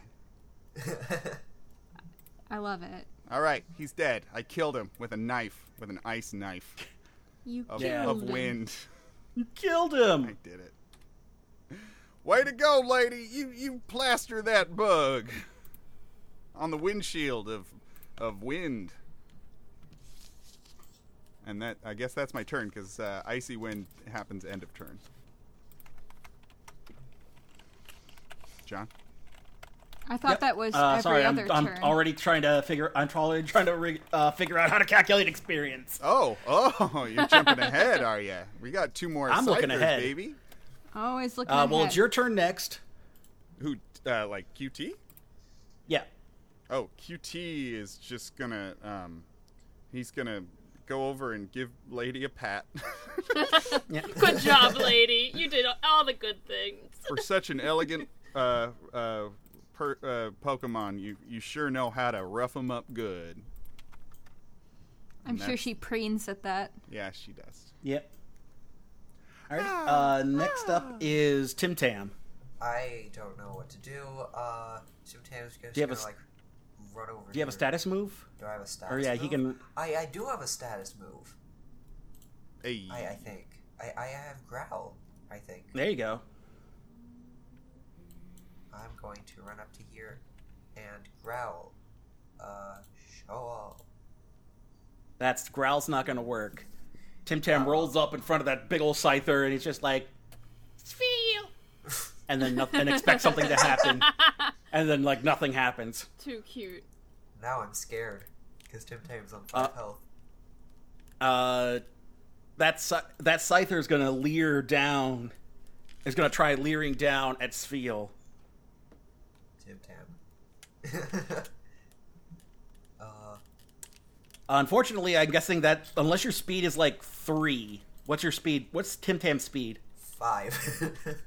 S3: I love it.
S5: All right, he's dead. I killed him with a knife, with an ice knife
S3: You
S5: of,
S3: killed
S5: of
S3: him.
S5: wind.
S7: Killed him.
S5: I did it. Way to go, lady! You you plaster that bug on the windshield of of wind. and that I guess that's my turn because uh, icy wind happens end of turn. John,
S3: I thought that was
S7: Uh,
S3: every
S7: sorry, I'm,
S3: other
S7: I'm
S3: turn.
S7: already trying to figure. I'm already trying to re- uh, figure out how to calculate experience. Uh,
S5: oh, oh, you're jumping ahead, are you? We got two more.
S7: I'm looking
S5: ciphers,
S7: ahead.
S5: baby.
S3: Always Oh, looking.
S7: Uh, well,
S3: ahead.
S7: it's your turn next.
S5: Who uh, like QT?
S7: Yeah.
S5: Oh, QT is just gonna um, he's gonna go over and give Lady a pat
S7: Yeah.
S2: Good job, lady. You did all the good things.
S5: for such an elegant uh, uh, per, uh, Pokemon. You you sure know how to rough them up good.
S3: I'm sure
S5: that's-
S3: she preens at that.
S5: Yeah, she does.
S7: Yep. All right. Uh, next up is Tim Tam.
S4: I don't know what to do. Uh, sometimes just
S7: Do you
S4: gonna
S7: have a
S4: like run over.
S7: Do you have a status move?
S4: Do I have a status?
S7: Or yeah, he
S4: move?
S7: can.
S4: I I do have a status move.
S5: Hey,
S4: I I think I I have growl. I think
S7: There you go.
S4: I'm going to run up to here, and growl. Uh, show all.
S7: That's growl's not going to work. Tim Tam rolls up in front of that big old scyther, and he's just like,
S2: Feel
S7: and then nothing, and expect something to happen, and then like nothing happens.
S2: too cute.
S4: Now I'm scared because Tim Tam's on five
S7: Uh,
S4: health.
S7: Uh, that scy- that scyther is going to leer down. Is going to try leering down at Sveal.
S4: Tim Tam. uh,
S7: Unfortunately, I'm guessing that unless your speed is like three, what's your speed? What's Tim Tam's speed?
S4: five.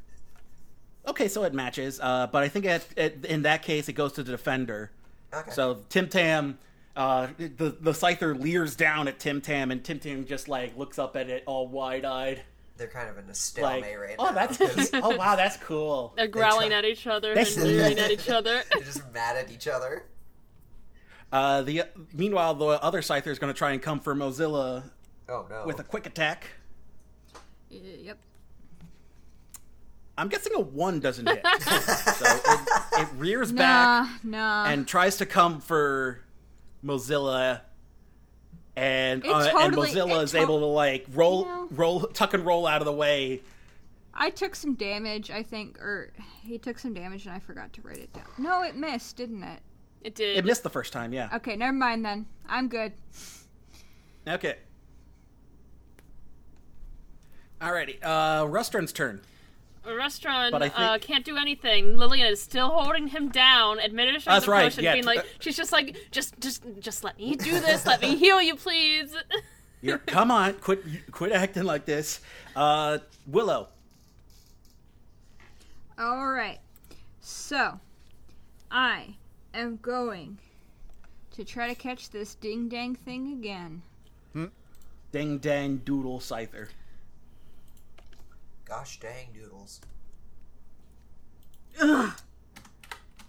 S7: Okay, so it matches, uh, but I think at, at, in that case it goes to the defender.
S4: okay.
S7: So Tim Tam, uh, the the scyther leers down at Tim Tam, and Tim Tam just like looks up at it all wide eyed,
S4: they're kind of in a stalemate
S7: like,
S4: right
S7: "Oh,
S4: now.
S7: that's
S4: 'cause
S7: oh wow, that's cool."
S2: They're growling
S4: try-
S2: at each other
S7: That's-
S2: and leering at each other.
S4: they're just mad at each other.
S7: Uh, the meanwhile, the other scyther is going to try and come for Mozilla
S4: Oh no.
S7: with a quick attack.
S3: Y- Yep.
S7: I'm guessing a one doesn't hit, so it, it rears
S3: Nah,
S7: back
S3: nah.
S7: and tries to come for Mozilla, and
S3: It
S7: uh, and
S3: totally-
S7: Mozilla
S3: it
S7: is
S3: to-
S7: able to like roll
S3: You know.
S7: roll tuck and roll out of the way.
S3: I took some damage, I think, or he took some damage and I forgot to write it down. No, it missed, didn't it?
S2: It did.
S7: It missed the first time, yeah.
S3: Okay, never mind then. I'm good.
S7: Okay. Alrighty, uh, Rustrun's turn.
S2: A restaurant
S7: But I think-
S2: uh, can't do anything. Lillian is still holding him down, administering
S7: That's
S2: the
S7: right,
S2: potion,
S7: yeah.
S2: being like, she's just like, just, just, just let me do this. let me heal you, please.
S7: You're, come on, quit, quit acting like this. Uh, Willow.
S3: All right. So, I am going to try to catch this ding dang thing again.
S7: Ding dang doodle scyther.
S4: Gosh dang doodles.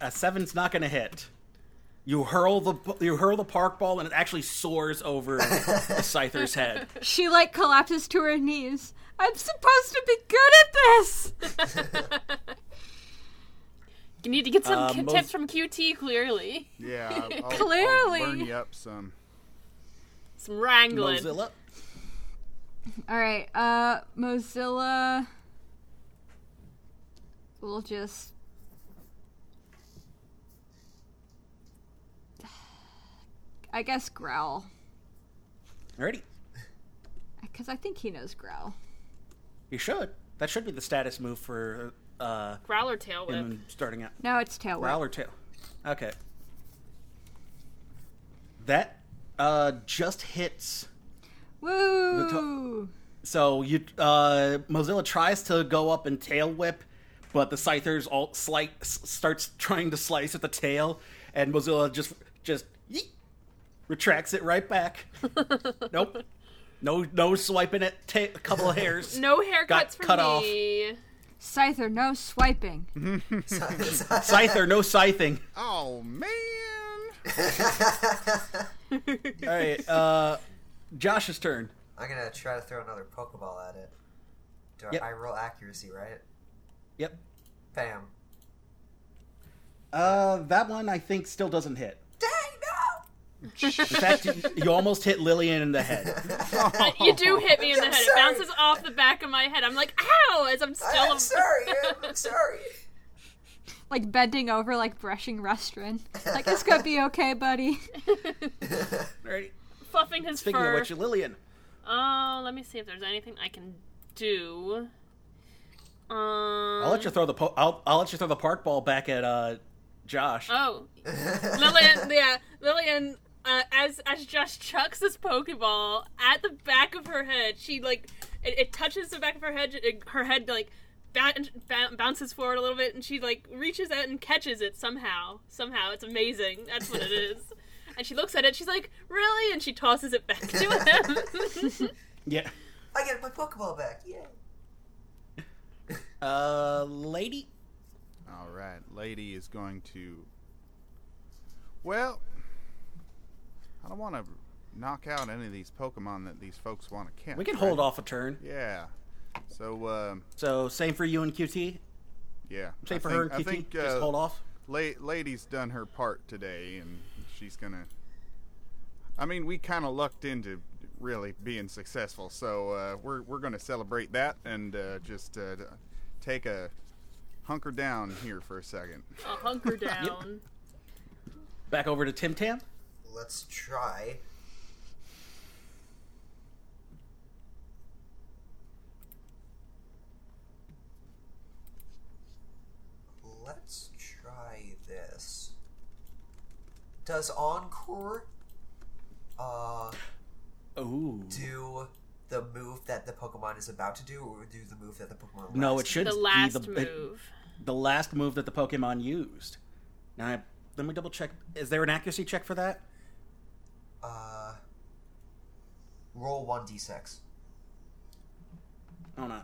S7: A seven's not gonna hit. You hurl the you hurl the park ball and it actually soars over the scyther's head.
S3: She like collapses to her knees. I'm supposed to be good at this.
S2: you need to get some
S7: Uh,
S2: ki-
S7: most-
S2: tips from QT, clearly.
S5: yeah, I'll- I'll,
S3: Clearly.
S5: I'll burn you up some.
S2: Some wrangling.
S7: Mozilla.
S3: All right. Uh, Mozilla will just I guess growl
S7: Alrighty,
S3: because I think he knows growl.
S7: you should. That should be the status move for uh,
S2: Growler tail whip.
S7: him starting out.
S3: No, it's tail whip.
S7: Growl or tail? Okay. That uh, just hits.
S3: Woo!
S7: So you uh, Mozilla tries to go up and tail whip, but the scyther's all slight s- starts trying to slice at the tail, and Mozilla just just yeet, retracts it right back. nope. No, no swiping it. Ta- a couple of hairs.
S2: No haircuts
S7: Got
S2: for
S7: cut off.
S2: me.
S3: Scyther, no swiping.
S7: Scyther, no scything.
S5: Oh man,
S7: All right, uh, Josh's turn.
S4: I'm gonna try to throw another Pokeball at it. Do I-
S7: Yep.
S4: I roll accuracy, right?
S7: Yep.
S4: Bam.
S7: Uh, that one I think still doesn't hit.
S4: Dang no!
S7: In fact, you- you almost hit Lillian in the head.
S2: You
S7: Oh.
S2: do hit me in the
S4: I'm
S2: head. It
S4: sorry.
S2: bounces off the back of my head. I'm like, ow! As I'm still.
S4: I'm sorry. I'm sorry.
S3: Like bending over, like brushing Rustrin. Like it's gonna be okay, buddy.
S7: Alrighty.
S2: fluffing his
S7: Speaking
S2: fur.
S7: of which, Lillian.
S2: Oh, let me see if there's anything I can do. Um.
S7: I'll let you throw the po- I'll, I'll let you throw the park ball back at uh, Josh.
S2: Oh, Lillian. Yeah, Lillian. Uh, as as Josh chucks this Pokeball at the back of her head, she like it, it touches the back of her head. It, her head like boun boun bounces forward a little bit, and she like reaches out and catches it somehow. Somehow, it's amazing. That's what it is. And she looks at it. She's like, "Really?" And she tosses it back to him.
S7: Yeah.
S4: I get my Pokeball back. Yay.
S7: Uh, lady.
S5: All right, lady is going to. Well, I don't want to knock out any of these Pokemon that these folks want to catch.
S7: We can
S5: right?
S7: hold off a turn.
S5: Yeah. So, um,
S7: So same for you and QT.
S5: yeah.
S7: Same
S5: I
S7: for
S5: think,
S7: her and QT.
S5: I think, uh,
S7: Just hold off.
S5: La- lady's done her part today, and she's gonna. I mean, we kind of lucked into really being successful, so uh, we're we're gonna celebrate that and uh, just uh, d- take a hunker down here for a second.
S2: I'll hunker down.
S7: Back over to Tim Tam.
S4: Let's try. Let's try this. Does Encore uh
S7: Ooh.
S4: do the move that the Pokemon is about to do or do the move that the Pokemon
S7: No, it
S4: last
S7: should
S2: The last
S7: be the, it-
S2: move.
S7: the last move that the Pokemon used. Now, I, let me double check. Is there an accuracy check for that?
S4: uh roll one D six.
S7: Oh no.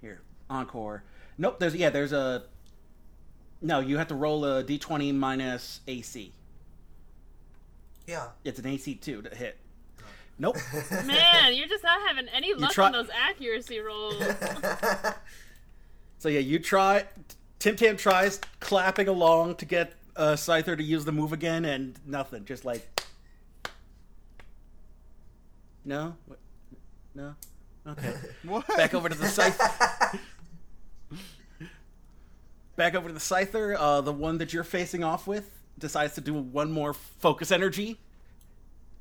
S7: Here, encore. Nope. There's yeah. There's a. No, you have to roll a d20 minus AC.
S4: Yeah.
S7: It's an AC two to hit. Nope.
S2: Man, you're just not having any luck
S7: try-
S2: on those accuracy rolls.
S7: so yeah, you try. Tim Tam tries clapping along to get uh, Scyther to use the move again, and nothing. Just like. No. What? No. Okay.
S5: What?
S7: back over to the scythe. back over to the scyther. Uh, the one that you're facing off with decides to do one more focus energy,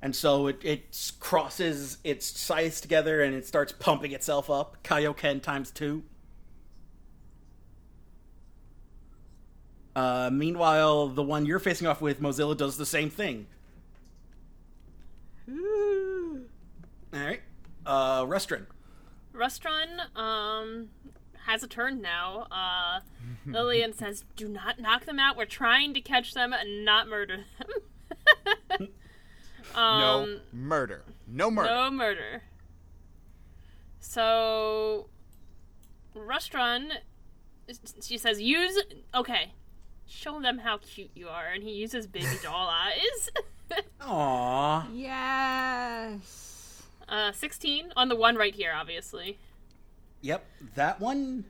S7: and so it, it s- crosses its scythes together and it starts pumping itself up. Kaioken times two. Uh, meanwhile, the one you're facing off with, Mozilla, does the same thing. All right, uh, Restrin.
S2: Rustron um has a turn now. Uh Lillian says, "Do not knock them out. We're trying to catch them and not murder them.
S5: no murder. No murder.
S2: Um, no murder." So Rustron she says, "Use okay. Show them how cute you are." And he uses baby doll eyes.
S7: Aww.
S3: Yes.
S2: uh 16 on the one right here, obviously.
S7: Yep, that one.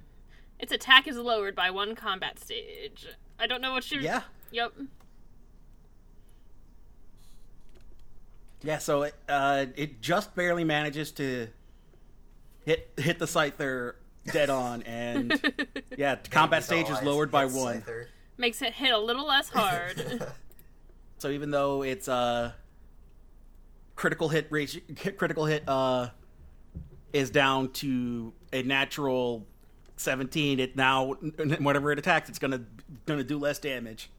S2: Its attack is lowered by one combat stage. I don't know what you
S7: Yeah,
S2: Yep.
S7: yeah. So it uh, it just barely manages to hit hit the Scyther dead on, and yeah, combat stage is
S4: Allies
S7: lowered by
S4: hits
S7: one.
S4: Scyther.
S2: Makes it hit a little less hard.
S7: So even though it's uh critical hit ratio, critical hit uh is down to a natural seventeen, it now whatever it attacks, it's gonna gonna do less damage.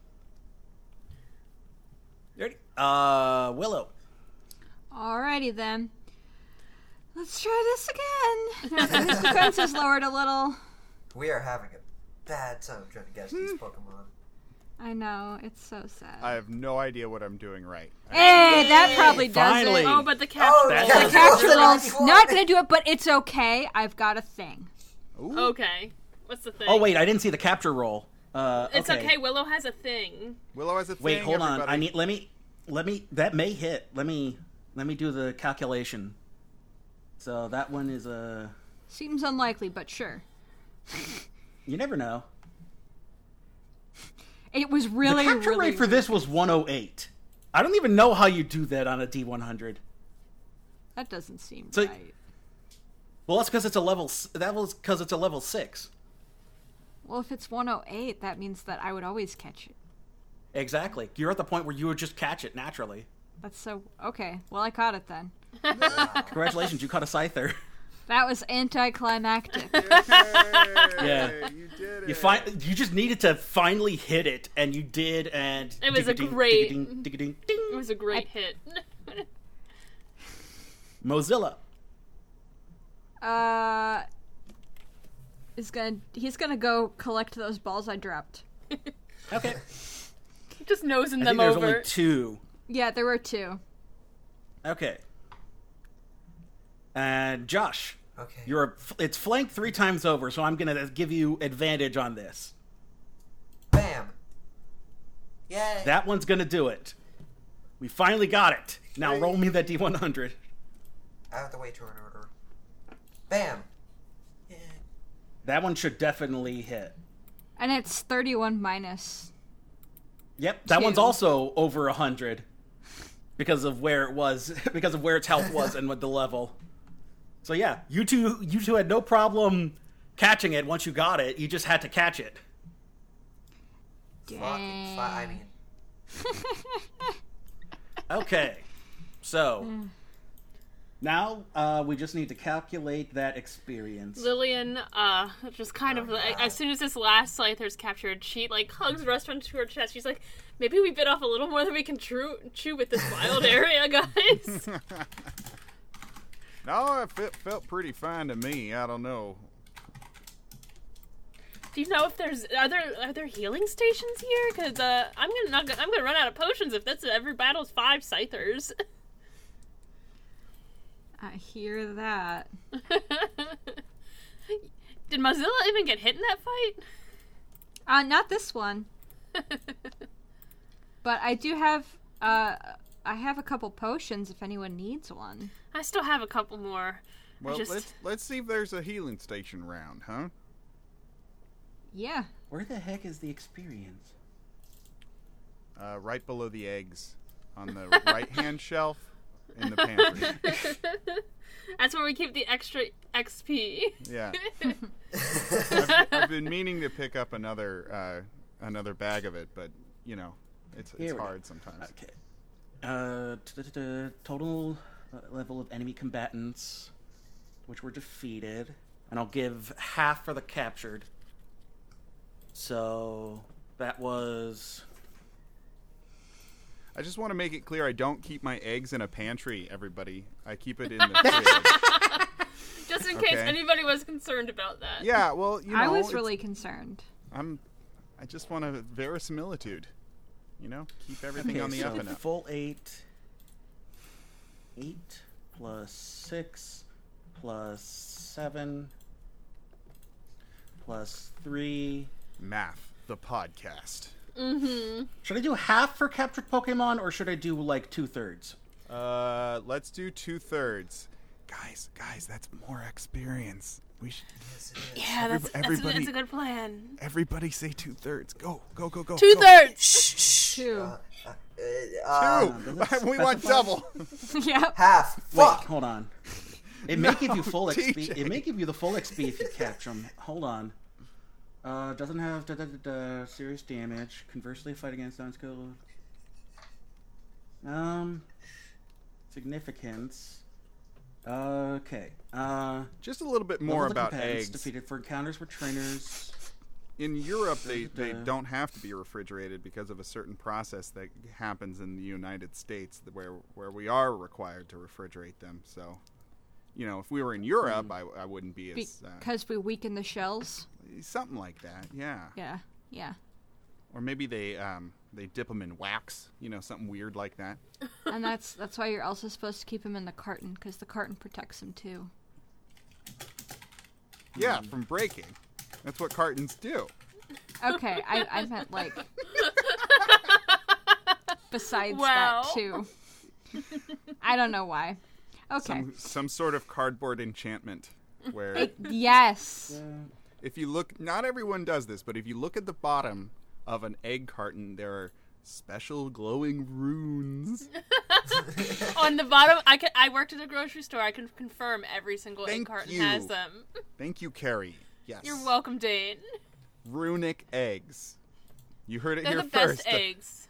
S7: Ready? Uh, Willow.
S3: Alrighty then. Let's try this again. His defense is lowered a little.
S4: We are having a bad time trying to catch
S7: Hmm.
S4: these Pokemon.
S3: I know it's so sad.
S5: I have no idea what I'm doing right.
S3: Hey, that probably
S7: Finally.
S3: does it.
S2: Oh, but the cap.
S4: Oh,
S7: That's-
S4: yeah,
S7: The
S4: that's
S3: Capture rolls.
S4: what I
S3: Not
S4: wanted.
S3: gonna do it, but it's okay. I've got a thing.
S5: Ooh,
S2: Okay. What's the thing?
S7: Oh wait, I didn't see the capture roll. Uh,
S2: It's okay. Willow has a thing.
S5: Willow has a thing.
S7: Wait, hold on.
S5: everybody.
S7: I need. Let me. Let me. That may hit. Let me. Let me do the calculation. So that one is a.
S3: Seems unlikely, but sure.
S7: You never know.
S3: It was really,
S7: the capture
S3: really
S7: rate for this was 108. I don't even know how you do that on a D100.
S3: that doesn't seem
S7: So-
S3: right.
S7: Well, that's because it's a level. s- That was because it's a level six.
S3: Well, if it's 108, that means that I would always catch it.
S7: Exactly. You're at the point where you would just catch it naturally.
S3: That's so okay. Well, I caught it then.
S7: Congratulations, you caught a scyther.
S3: That was anticlimactic.
S7: Yeah.
S5: you did it.
S7: You find you just needed to finally hit it, and you did. And
S2: It was a
S7: ding-a-ding,
S2: great-
S7: ding-a-ding, ding-a-ding, ding.
S2: It was a great hit.
S7: Mozilla.
S3: uh, is gonna he's gonna go collect those balls I dropped.
S7: Okay,
S2: Just nosing
S7: I
S2: them
S7: think there's
S2: over.
S7: only two.
S3: Yeah, there were two.
S7: Okay. And Josh,
S4: Okay.
S7: you're a, it's flanked three times over, so I'm gonna give you advantage on this.
S4: Bam. Yay.
S7: That one's gonna do it. We finally got it. Now roll me that D100.
S4: I have to wait to an order. Bam. Yeah.
S7: That one should definitely hit.
S3: And it's 31 minus.
S7: Yep, that
S3: Two.
S7: one's also over a hundred because of where it was, because of where its health was and with the level. So yeah, you two, you two had no problem catching it once you got it. You just had to catch it.
S4: Fucking fi- I mean,
S7: Okay, so now uh, we just need to calculate that experience.
S2: Lillian, uh, just kind
S7: Oh,
S2: of like, as soon as this last Scyther's captured, she like hugs Restaurant to her chest. She's like, maybe we bit off a little more than we can chew, chew with this wild area, guys.
S5: No, it fe- felt pretty fine to me. I don't know.
S2: Do you know if there's are there are there healing stations here? Because uh, I'm gonna not, gonna- I'm gonna run out of potions if that's every battle's five Scythers.
S3: I hear that.
S2: Did Mozilla even get hit in that fight?
S3: Uh, not this one. but I do have uh, I have a couple potions if anyone needs one.
S2: I still have a couple more.
S5: Well,
S2: just-
S5: let's let's see if there's a healing station round, huh?
S3: Yeah.
S7: Where the heck is the experience?
S5: Uh, right below the eggs, on the right-hand shelf in the pantry.
S2: That's where we keep the extra XP.
S5: Yeah. I've, I've been meaning to pick up another uh, another bag of it, but you know, it's
S7: Here
S5: it's
S7: we go.
S5: hard sometimes.
S7: Okay. Uh, t- t- t- total uh, level of enemy combatants, which were defeated, and I'll give half for the captured. So that was
S5: I just want to make it clear I don't keep my eggs in a pantry, everybody. I keep it in the fridge.
S2: Just in case
S5: Okay.
S2: anybody was concerned about that.
S5: Yeah, well, you know,
S3: I was
S5: it's-
S3: really concerned.
S5: I'm I just want a verisimilitude. You know, keep everything
S7: okay,
S5: on the
S7: so
S5: up and up.
S7: full eight, eight plus six plus seven plus three.
S5: Math, the podcast.
S7: Should I do half for captured Pokemon, or should I do like two thirds?
S5: Uh, let's do two thirds. Guys, guys, that's more experience. We should
S2: yeah, that's, that's, a,
S5: everybody-
S2: that's a good plan.
S5: everybody say two thirds. Go, go, go, go.
S2: Two
S5: go.
S2: thirds.
S3: Two.
S4: uh, uh,
S5: Two. we want double.
S3: yeah.
S4: half. Fuck.
S7: Hold on. It may give you full XP.
S5: TJ.
S7: It may give you the full XP if you catch them. Hold on. Uh, doesn't have da, da, da, da, serious damage. Conversely, fight against unskilled. Um, significance. Okay. Uh,
S5: Just a little bit more
S7: level of
S5: about
S7: combatants
S5: eggs.
S7: Defeated for encounters with trainers.
S5: In Europe, they, they
S7: Da-da-da.
S5: don't have to be refrigerated because of a certain process that happens in the United States th- where where we are required to refrigerate them. So, you know, if we were in Europe, I, I wouldn't be as uh,
S3: Because we weaken the shells.
S5: something like that. Yeah.
S3: Yeah. Yeah.
S5: Or maybe they um, they dip them in wax. You know, something weird like that.
S3: And that's that's why you're also supposed to keep him in the carton because the carton protects him too.
S5: Yeah, from breaking. That's what cartons do.
S3: Okay, I, I meant like besides
S2: Wow.
S3: that too. I don't know why. Okay.
S5: Some some sort of cardboard enchantment where
S3: Yes.
S7: Uh,
S5: if you look not everyone does this but if you look at the bottom of an egg carton, there are special glowing runes.
S2: On the bottom, I can, I worked at a grocery store. I can confirm every single egg
S5: Thank
S2: carton
S5: you.
S2: has them.
S5: Thank you, Carrie. Yes.
S2: You're welcome, Dane.
S5: Runic eggs. You heard it
S2: They're
S5: here
S2: the
S5: first.
S2: best eggs.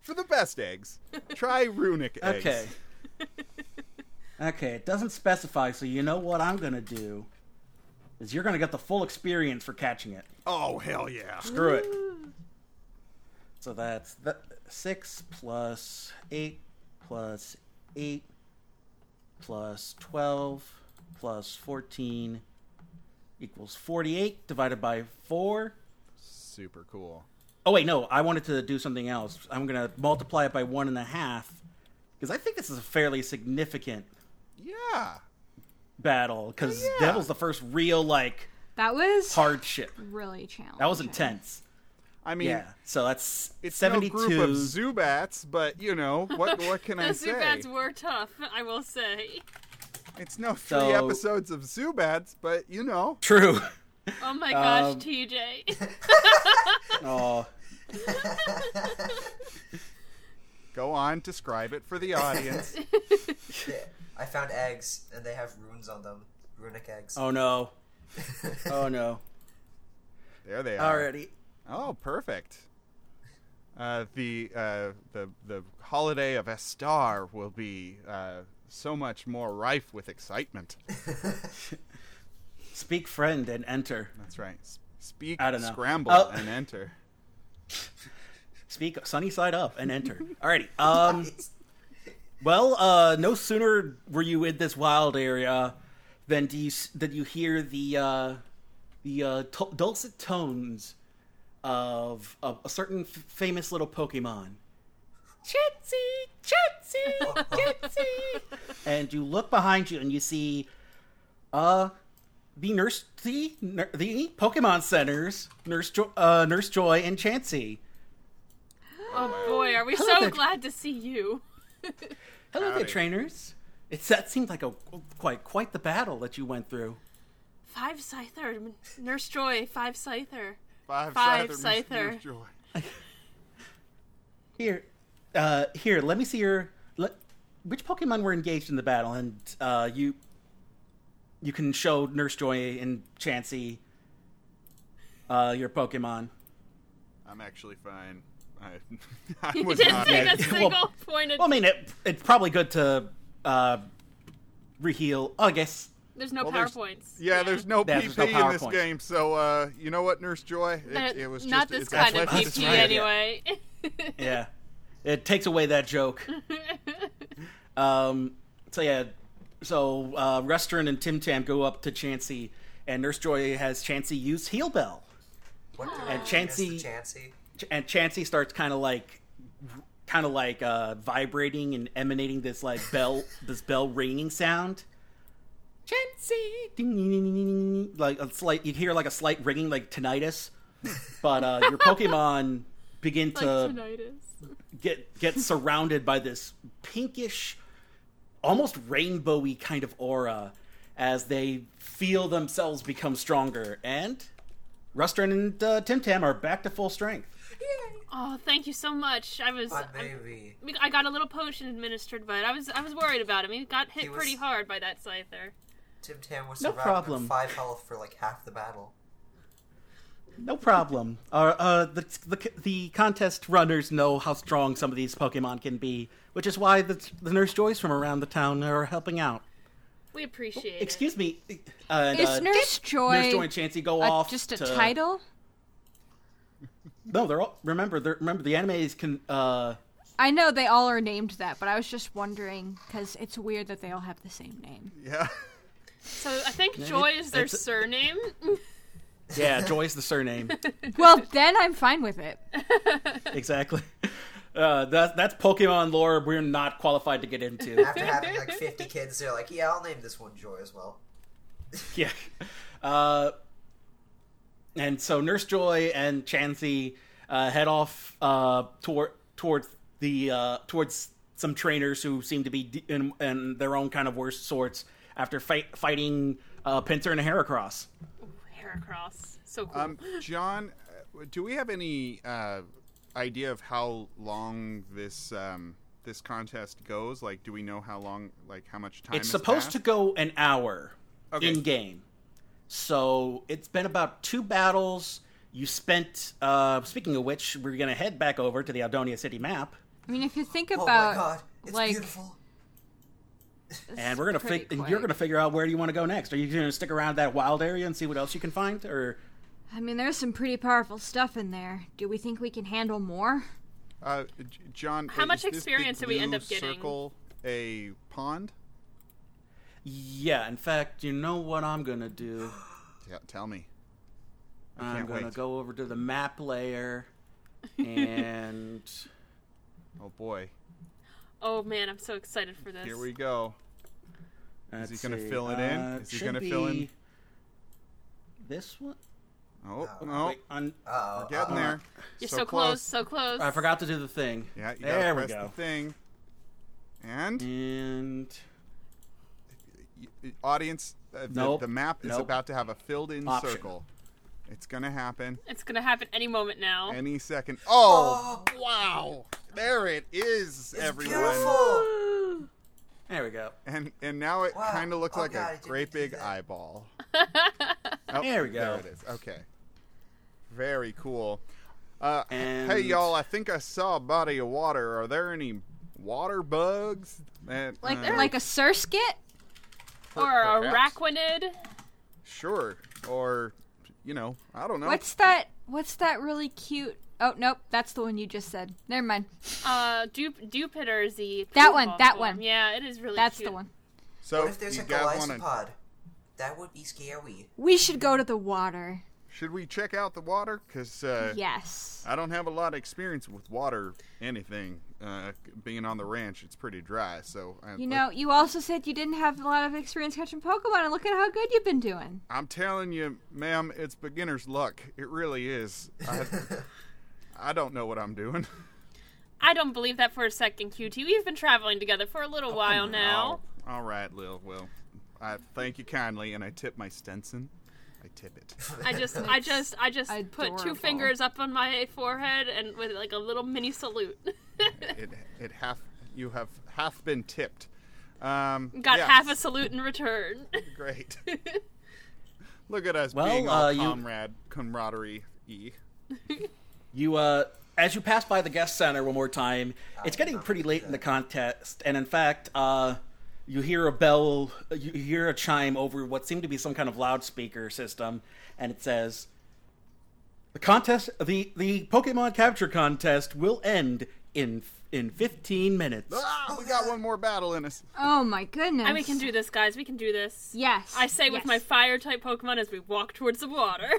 S5: For the best eggs, try runic eggs.
S7: Okay. okay, it doesn't specify, so you know what I'm gonna do is you're gonna get the full experience for catching it.
S5: Oh hell yeah!
S7: Screw it. So that's the six plus eight plus eight plus twelve plus fourteen equals forty-eight divided by four.
S5: Super cool.
S7: Oh wait, no, I wanted to do something else. I'm gonna multiply it by one and a half because I think this is a fairly significant
S5: Yeah.
S7: battle because
S5: Oh, yeah.
S7: that was the first real like
S3: That was
S7: hardship.
S3: really challenging.
S7: That was intense.
S5: I mean,
S7: Yeah, so that's
S5: it's
S7: seventy-two.
S5: no group of Zubats, but you know what? What can I
S2: Those
S5: say?
S2: Zubats were tough, I will say.
S5: It's no three
S7: So-
S5: episodes of Zubats, but you know.
S7: True.
S2: Oh my gosh,
S7: Um,
S2: TJ.
S7: Oh,
S5: Go on, describe it for the audience.
S4: They- I found eggs, and they have runes on them. Runic eggs.
S7: oh no. Oh no.
S5: there they are.
S7: Alrighty.
S5: Oh, perfect. Uh, the uh, the the holiday of Estar will be uh, so much more rife with excitement.
S7: Speak friend and enter.
S5: That's right. S- Speak,
S7: I don't know.
S5: scramble,
S7: Oh.
S5: and enter.
S7: Speak sunny side up and enter. Alrighty. Um. Well, uh, no sooner were you in this wild area than do you, did you hear the uh, the uh, to- dulcet tones of, of a certain f- famous little Pokemon. Chitsy, Chitsy, Chitsy. and you look behind you and you see uh, the nurse the, Nur- the Pokemon centers Nurse jo- uh, Nurse Joy and Chansey.
S2: oh boy, are we
S7: Hello
S2: so
S7: there.
S2: glad to see you.
S7: Hello there,
S5: Howdy.
S7: trainers. It's that seemed like a quite quite the battle that you went through.
S2: Five Scyther, Nurse Joy, Five Scyther.
S5: Five,
S2: Five
S5: Scyther, Mr.
S2: Scyther.
S5: Joy.
S7: Here, uh, here. Let me see your. Let, which Pokemon were engaged in the battle, and uh, you. You can show Nurse Joy and Chansey. Uh, your Pokemon.
S5: I'm actually fine. I, I was
S2: Didn't
S5: not.
S2: take
S7: Yeah,
S2: a single
S7: well-
S2: point of.
S7: Well, I mean, it, it's probably good to uh, reheal. Oh, I guess.
S2: there's no
S5: well, there's-
S2: PowerPoints.
S5: Yeah, there's no
S7: Yeah,
S5: PP
S7: there's no
S5: in this
S7: PowerPoint.
S5: game, so uh, you know what, Nurse Joy? It, it was just
S2: Uh, Not this
S5: it's
S2: kind of
S5: athletic
S7: athletic
S2: PP,
S7: right, yeah.
S5: display.
S2: anyway.
S7: Yeah, it takes away that joke. um. So yeah. So uh, Restron and Tim Tam go up to Chansey, and Nurse Joy has Chansey use Heal Bell.
S4: What the
S7: And
S4: heck is
S7: Chansey-
S4: the Chansey.
S7: and Chansey starts kind of like kind of like uh vibrating and emanating this like bell this bell ringing sound Chansey ding, ding, ding, ding, ding, ding, ding. like a slight you hear like a slight ringing like tinnitus but uh your pokemon begin to
S2: like tinnitus.
S7: get get surrounded by this pinkish, almost rainbowy kind of aura as they feel themselves become stronger. And Rustern and uh, Tim Tam are back to full strength.
S2: Oh, thank you so much. I was.
S4: My
S2: I'm-
S4: baby.
S2: I, got a little potion administered, but I was I was worried about him. He got hit
S4: He was-
S2: pretty hard by that Scyther.
S4: Tim Tam was
S7: No
S4: surrounded
S7: problem.
S4: with five health for like half the battle.
S7: No problem. Uh, uh, the, the the contest runners know how strong some of these Pokemon can be, which is why the, the Nurse Joys from around the town are helping out.
S2: We appreciate it.
S7: Excuse me. And,
S3: Is
S7: uh,
S3: Nurse Joy,
S7: Nurse Joy and Chansey go
S3: a-
S7: off
S3: just a
S7: to-
S3: title?
S7: No, they're all. Remember, they're, remember the anime is can. Uh,
S3: I know they all are named that, but I was just wondering because it's weird that they all have the same name.
S5: Yeah.
S2: So I think Joy is their
S7: it's-
S2: surname.
S7: Yeah, Joy's the surname.
S3: Well, then I'm fine with it.
S7: exactly. Uh, that, that's Pokemon lore we're not qualified to get into.
S4: After having like 50 kids, they're like, yeah, I'll name this one Joy as well.
S7: yeah. Uh, and so Nurse Joy and Chansey uh, head off uh, toward towards the uh, towards some trainers who seem to be d- in, in their own kind of worst sorts after fight, fighting uh, Pincer and Heracross.
S2: Heracross, so cool.
S5: Um, John, uh, Do we have any uh, idea of how long this um, this contest goes? Like, do we know how long, like, how much time?
S7: It's supposed to go an hour
S5: Okay.
S7: in game. So it's been about two battles. You spent. Uh, speaking of which, we're gonna head back over to the Aldonia City map,
S3: I mean, if you think
S4: Oh
S3: about
S4: my god, it's
S3: like
S4: beautiful.
S7: and we're gonna
S3: pretty
S7: fig- and
S3: quick.
S7: you're gonna figure out where you want to go next. Are you gonna stick around that wild area and see what else you can find, or
S3: I mean, there's some pretty powerful stuff in there. Do we think we can handle more?
S5: Uh, J- John,
S2: How
S5: is
S2: much
S5: this big
S2: experience did we end
S5: blue
S2: up getting?
S5: Circle a pond.
S7: yeah? In fact, you know what I'm gonna do.
S5: Yeah, tell me. I
S7: I'm
S5: can't
S7: gonna
S5: wait.
S7: go over to the map layer and
S5: Oh boy,
S2: Oh man, I'm so excited for this.
S5: here we go.
S7: is
S5: he gonna fill it in?
S7: uh,
S5: Is he gonna fill in-
S7: This one?
S5: Oh, no,
S7: Ah, Wait, Ah. un-
S4: Uh-oh,
S5: we're getting
S4: uh,
S5: there.
S2: You're so, close, so close.
S7: I forgot to do the thing.
S5: Yeah, you gotta
S7: there we
S5: press
S7: go.
S5: the thing. And
S7: Mm. And
S5: y- audience, uh, the,
S7: Nope.
S5: the map is
S7: Nope.
S5: about to have a filled-in
S7: Option.
S5: circle. It's gonna happen
S2: It's gonna happen any moment now.
S5: any second. Oh,
S4: Oh,
S5: wow! There it is,
S4: It's
S5: everyone.
S4: beautiful.
S7: there we go.
S5: And and now it
S4: Wow.
S5: kind of looks
S4: Oh,
S5: like
S4: God, I
S5: a
S4: didn't
S5: great
S4: do
S5: big
S4: that.
S5: eyeball. Oh,
S7: There we go.
S5: There it is. Okay. Very cool. Uh,
S7: And-
S5: Hey y'all, I think I saw a body of water. Are there any water bugs? That,
S3: Like
S4: Mm.
S5: uh,
S3: like a surskit?
S5: per-
S2: or a
S5: perhaps?
S2: Raquinid.
S5: Sure. Or you know, I
S2: Oh.
S5: don't know.
S3: What's that? What's that really cute? Oh nope, that's the one you just said. Never mind.
S2: Uh, Dup- Dupiter is the
S3: That one,
S2: pinball
S3: that
S2: form.
S3: one.
S2: Yeah, it is really.
S3: That's
S2: cute.
S3: the one.
S5: So
S4: What if there's
S5: you
S4: a
S5: guys want
S4: glycopod?
S5: to?
S4: That would be scary.
S3: We should go to the water.
S5: Should we check out the water? Cause uh,
S3: Yes.
S5: I don't have a lot of experience with water. Anything. Uh, being on the ranch, it's pretty dry. So uh, I,
S3: You know, you also said you didn't have a lot of experience catching Pokemon, and look at how good you've been doing.
S5: I'm telling you, ma'am, it's beginner's luck. It really is. I, I don't know what I'm doing.
S2: I don't believe that for a second, QT. We've been traveling together for a little while now.
S5: Oh, all right, Lil. Well, I thank you kindly, and I tip my Stenson. I tip it.
S2: I just, I just, I just put two
S3: adorable.
S2: fingers up on my forehead and with like a little mini salute.
S5: It it half you have half been tipped. Um,
S2: Got
S5: yeah,
S2: half a salute in return.
S5: great. Look at us
S7: Well,
S5: being all
S7: uh, you-
S5: comrade camaraderie. E.
S7: You uh as you pass by the guest center one more time, it's getting pretty late in the contest, and in fact, uh you hear a bell, you hear a chime over what seemed to be some kind of loudspeaker system, and it says, "The contest, the the Pokemon capture contest will end in in 15 minutes."
S5: Ah, we got one more battle in us.
S3: Oh my goodness.
S2: and we can do this, guys. We can do this.
S3: Yes.
S2: I say with
S3: yes.
S2: my fire type Pokemon as we walk towards the water.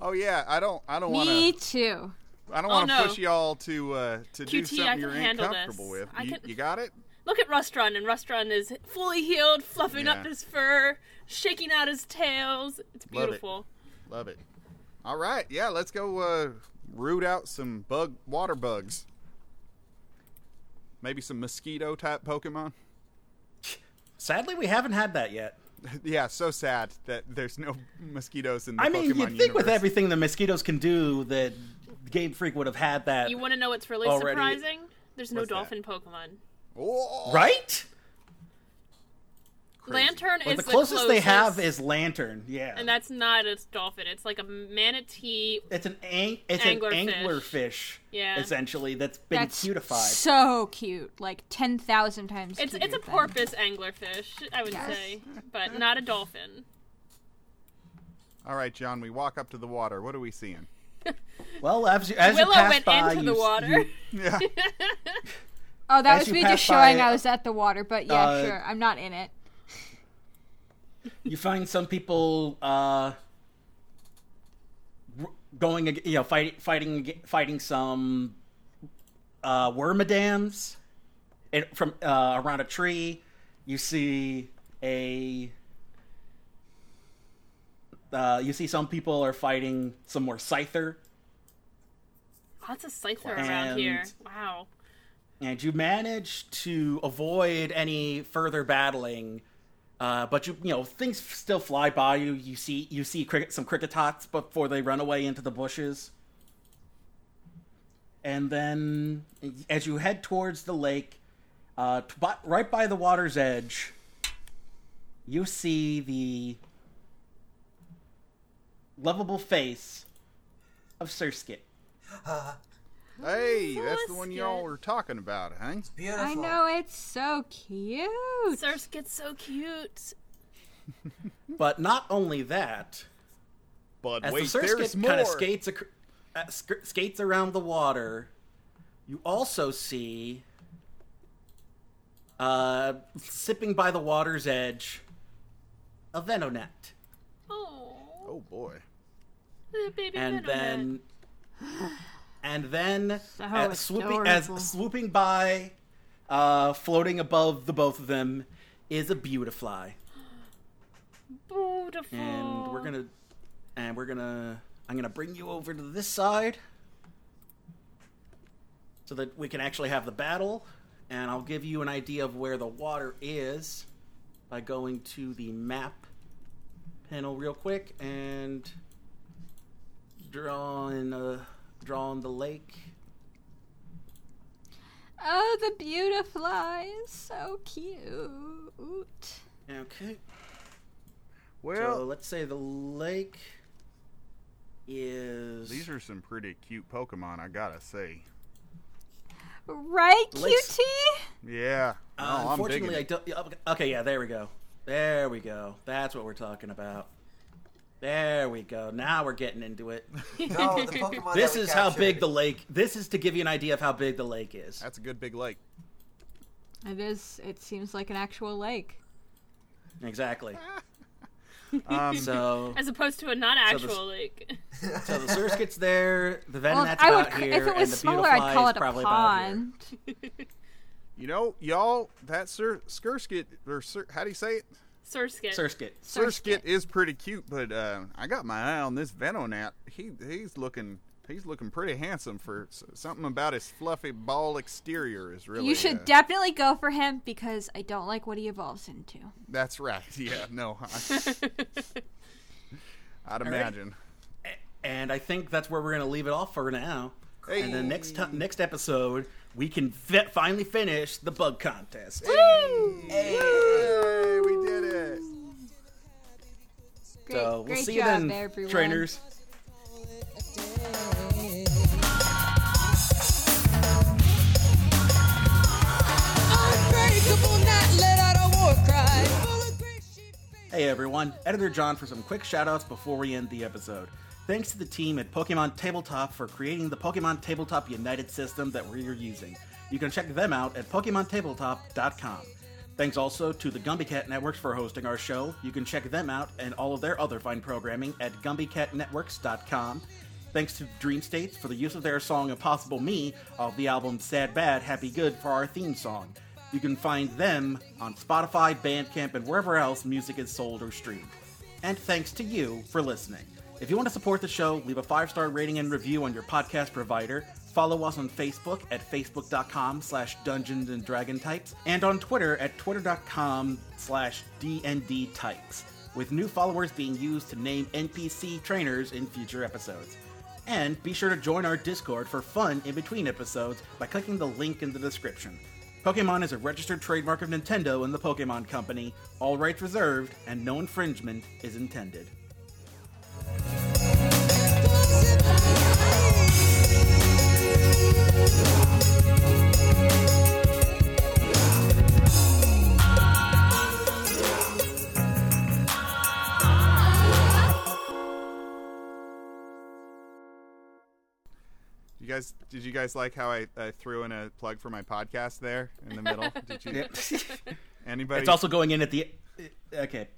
S5: Oh yeah, I don't I don't want
S3: Me
S5: to
S3: too.
S5: I don't
S2: Oh,
S5: want to
S2: no.
S5: push y'all to uh, to
S2: QT,
S5: do
S2: I
S5: something
S2: can
S5: you're
S2: handle
S5: uncomfortable
S2: this.
S5: with.
S2: I
S5: You,
S2: can-
S5: you got it?
S2: Look at Rustron, and Rustron is fully healed, fluffing up
S5: Yeah.
S2: his fur, shaking out his tails. It's
S5: Love it.
S2: beautiful.
S5: Love it. All right, yeah, let's go uh, root out some bug water bugs. Maybe some mosquito type Pokemon.
S7: Sadly, we haven't had that yet.
S5: yeah, so sad that there's no mosquitoes in the
S7: I
S5: Pokemon
S7: mean, you'd think with
S5: universe.
S7: everything the mosquitoes can do that Game Freak would have had that,
S2: You want to know what's really
S7: Already-
S2: surprising? There's no
S5: What's that?
S2: dolphin Pokemon.
S5: Oh,
S7: right?
S5: Crazy.
S2: Lantern
S7: But
S2: is
S7: the closest,
S2: the closest
S7: they have is Lantern. Yeah,
S2: and that's not a dolphin. It's like a manatee.
S7: It's an ang- it's
S2: Anglerfish.
S7: an angler fish,
S2: Yeah.
S7: essentially that's been
S3: That's
S7: cutified.
S3: so cute. Like 10,000 times
S2: It's it's
S3: cuter
S2: a
S3: than-
S2: porpoise anglerfish, I would
S3: Yes.
S2: say, but not a dolphin.
S5: All right, John, we walk up to the water. What are we seeing?
S7: well, as you, as you
S2: Willow
S7: pass
S2: went
S7: by,
S2: into
S7: you,
S2: the water.
S7: you-
S5: Yeah.
S3: Oh, that
S7: As
S3: was
S7: you
S3: me
S7: pass
S3: just showing
S7: by,
S3: I was at the water, but yeah,
S7: uh,
S3: sure. I'm not in it.
S7: you find some people uh, r- going, ag- you know, fight, fighting, ag- fighting some uh, wormadams and from uh, around a tree. You see a. Uh, you see some people are fighting some more scyther
S2: Lots of Scyther around
S7: And-
S2: here. Wow.
S7: and you manage to avoid any further battling Uh, but you you know things still fly by you. You see you see cricket, some cricket tots before they run away into the bushes. And then as you head towards the lake, uh, t- but right by the water's edge, you see the lovable face of Sir Skit.
S5: Hey, that's the one
S2: Biscuit.
S5: y'all were talking about, huh?
S4: Beautiful.
S3: I know it's so cute.
S2: Sursk gets so cute.
S7: But not only that,
S5: But
S7: as
S5: wait,
S7: the
S5: there's
S7: surskit
S5: more.
S7: kind of skates ac- uh, sk- skates around the water, you also see uh, sipping by the water's edge a venonet,
S2: Oh,
S5: Oh boy.
S2: the baby
S7: and
S2: Venonet.
S7: then and then uh, swooping as
S3: adorable.
S7: swooping by, uh, floating above the both of them is a beautifly,
S2: beautiful.
S7: and we're gonna and we're gonna I'm gonna bring you over to this side. so that we can actually have the battle. And I'll give you an idea of where the water is by going to the map panel real quick and drawing uh, drawing the lake.
S3: Oh, the beautifly is so cute.
S7: Okay, so
S5: Well,
S7: let's say the lake is
S5: these are some pretty cute Pokemon, I gotta say.
S3: Right,
S7: Let's-
S3: cutie?
S5: Yeah.
S7: Uh,
S5: No, Oh, I'm digging
S7: unfortunately, I
S5: it.
S7: don't. yeah, okay- Okay, yeah, there we go. There we go. That's what we're talking about. There we go. Now we're getting into it.
S4: No, Oh, the Pokemon
S7: this
S4: that we
S7: is how
S4: captured.
S7: big the lake. This is to give you an idea of how big the lake is.
S5: That's a good big lake.
S3: It is. It seems like an actual lake.
S7: Exactly.
S5: Um,
S7: So,
S2: As opposed to a not actual
S7: this-
S2: like.
S7: so the Surskit's there. The
S3: Well,
S7: Venonat's
S3: I would.
S7: about
S3: ca-
S7: here,
S3: If it
S7: and
S3: was
S7: the
S3: smaller, I'd
S7: Beautifly
S3: call
S7: is
S3: it a
S7: probably about here.
S3: pond.
S5: you know, y'all, that Sir Skirskit or Sir, how do you say it?
S2: Surskit.
S7: Surskit.
S5: Surskit is pretty cute, but uh, I got my eye on this Venonat. He he's looking he's looking pretty handsome for s- something about his fluffy ball exterior is really.
S3: you should
S5: uh,
S3: definitely go for him because I don't like what he evolves into.
S5: That's right. Yeah. No. I, would imagine.
S7: And I think that's where we're going to leave it off for now.
S5: Hey.
S7: And then next time, next episode, we can fi- finally finish the bug contest.
S5: Hey, we did it.
S3: Great,
S7: So we'll
S3: great
S7: see you
S3: job
S7: then,
S3: there, everyone.
S7: trainers.
S6: Unbreakable, not let out a war cry. Full of grace, she faced-
S7: Hey everyone, Editor John for some quick shoutouts before we end the episode. Thanks to the team at Pokemon Tabletop for creating the Pokemon Tabletop United system that we're using. You can check them out at PokemonTabletop.com. Thanks also to the Gumby Cat Networks for hosting our show. You can check them out and all of their other fine programming at GumbyCatNetworks.com. Thanks to Dream States for the use of their song Impossible Me of the album Sad Bad, Happy Good for our theme song. You can find them on Spotify, Bandcamp, and wherever else music is sold or streamed. And thanks to you for listening. If you want to support the show, leave a five star rating and review on your podcast provider. Follow us on Facebook at facebook.com slash dungeons and dragon types and on Twitter at twitter.com slash DND types, with new followers being used to name NPC trainers in future episodes. And be sure to join our Discord for fun in between episodes by clicking the link in the description. Pokemon is a registered trademark of Nintendo and the Pokemon Company, all rights reserved, and no infringement is intended.
S6: Close it,
S5: You guys, did you guys like how I, I threw in a plug for my podcast there in the middle? Did you?
S7: it's
S5: Anybody?
S7: also going in at the. Okay.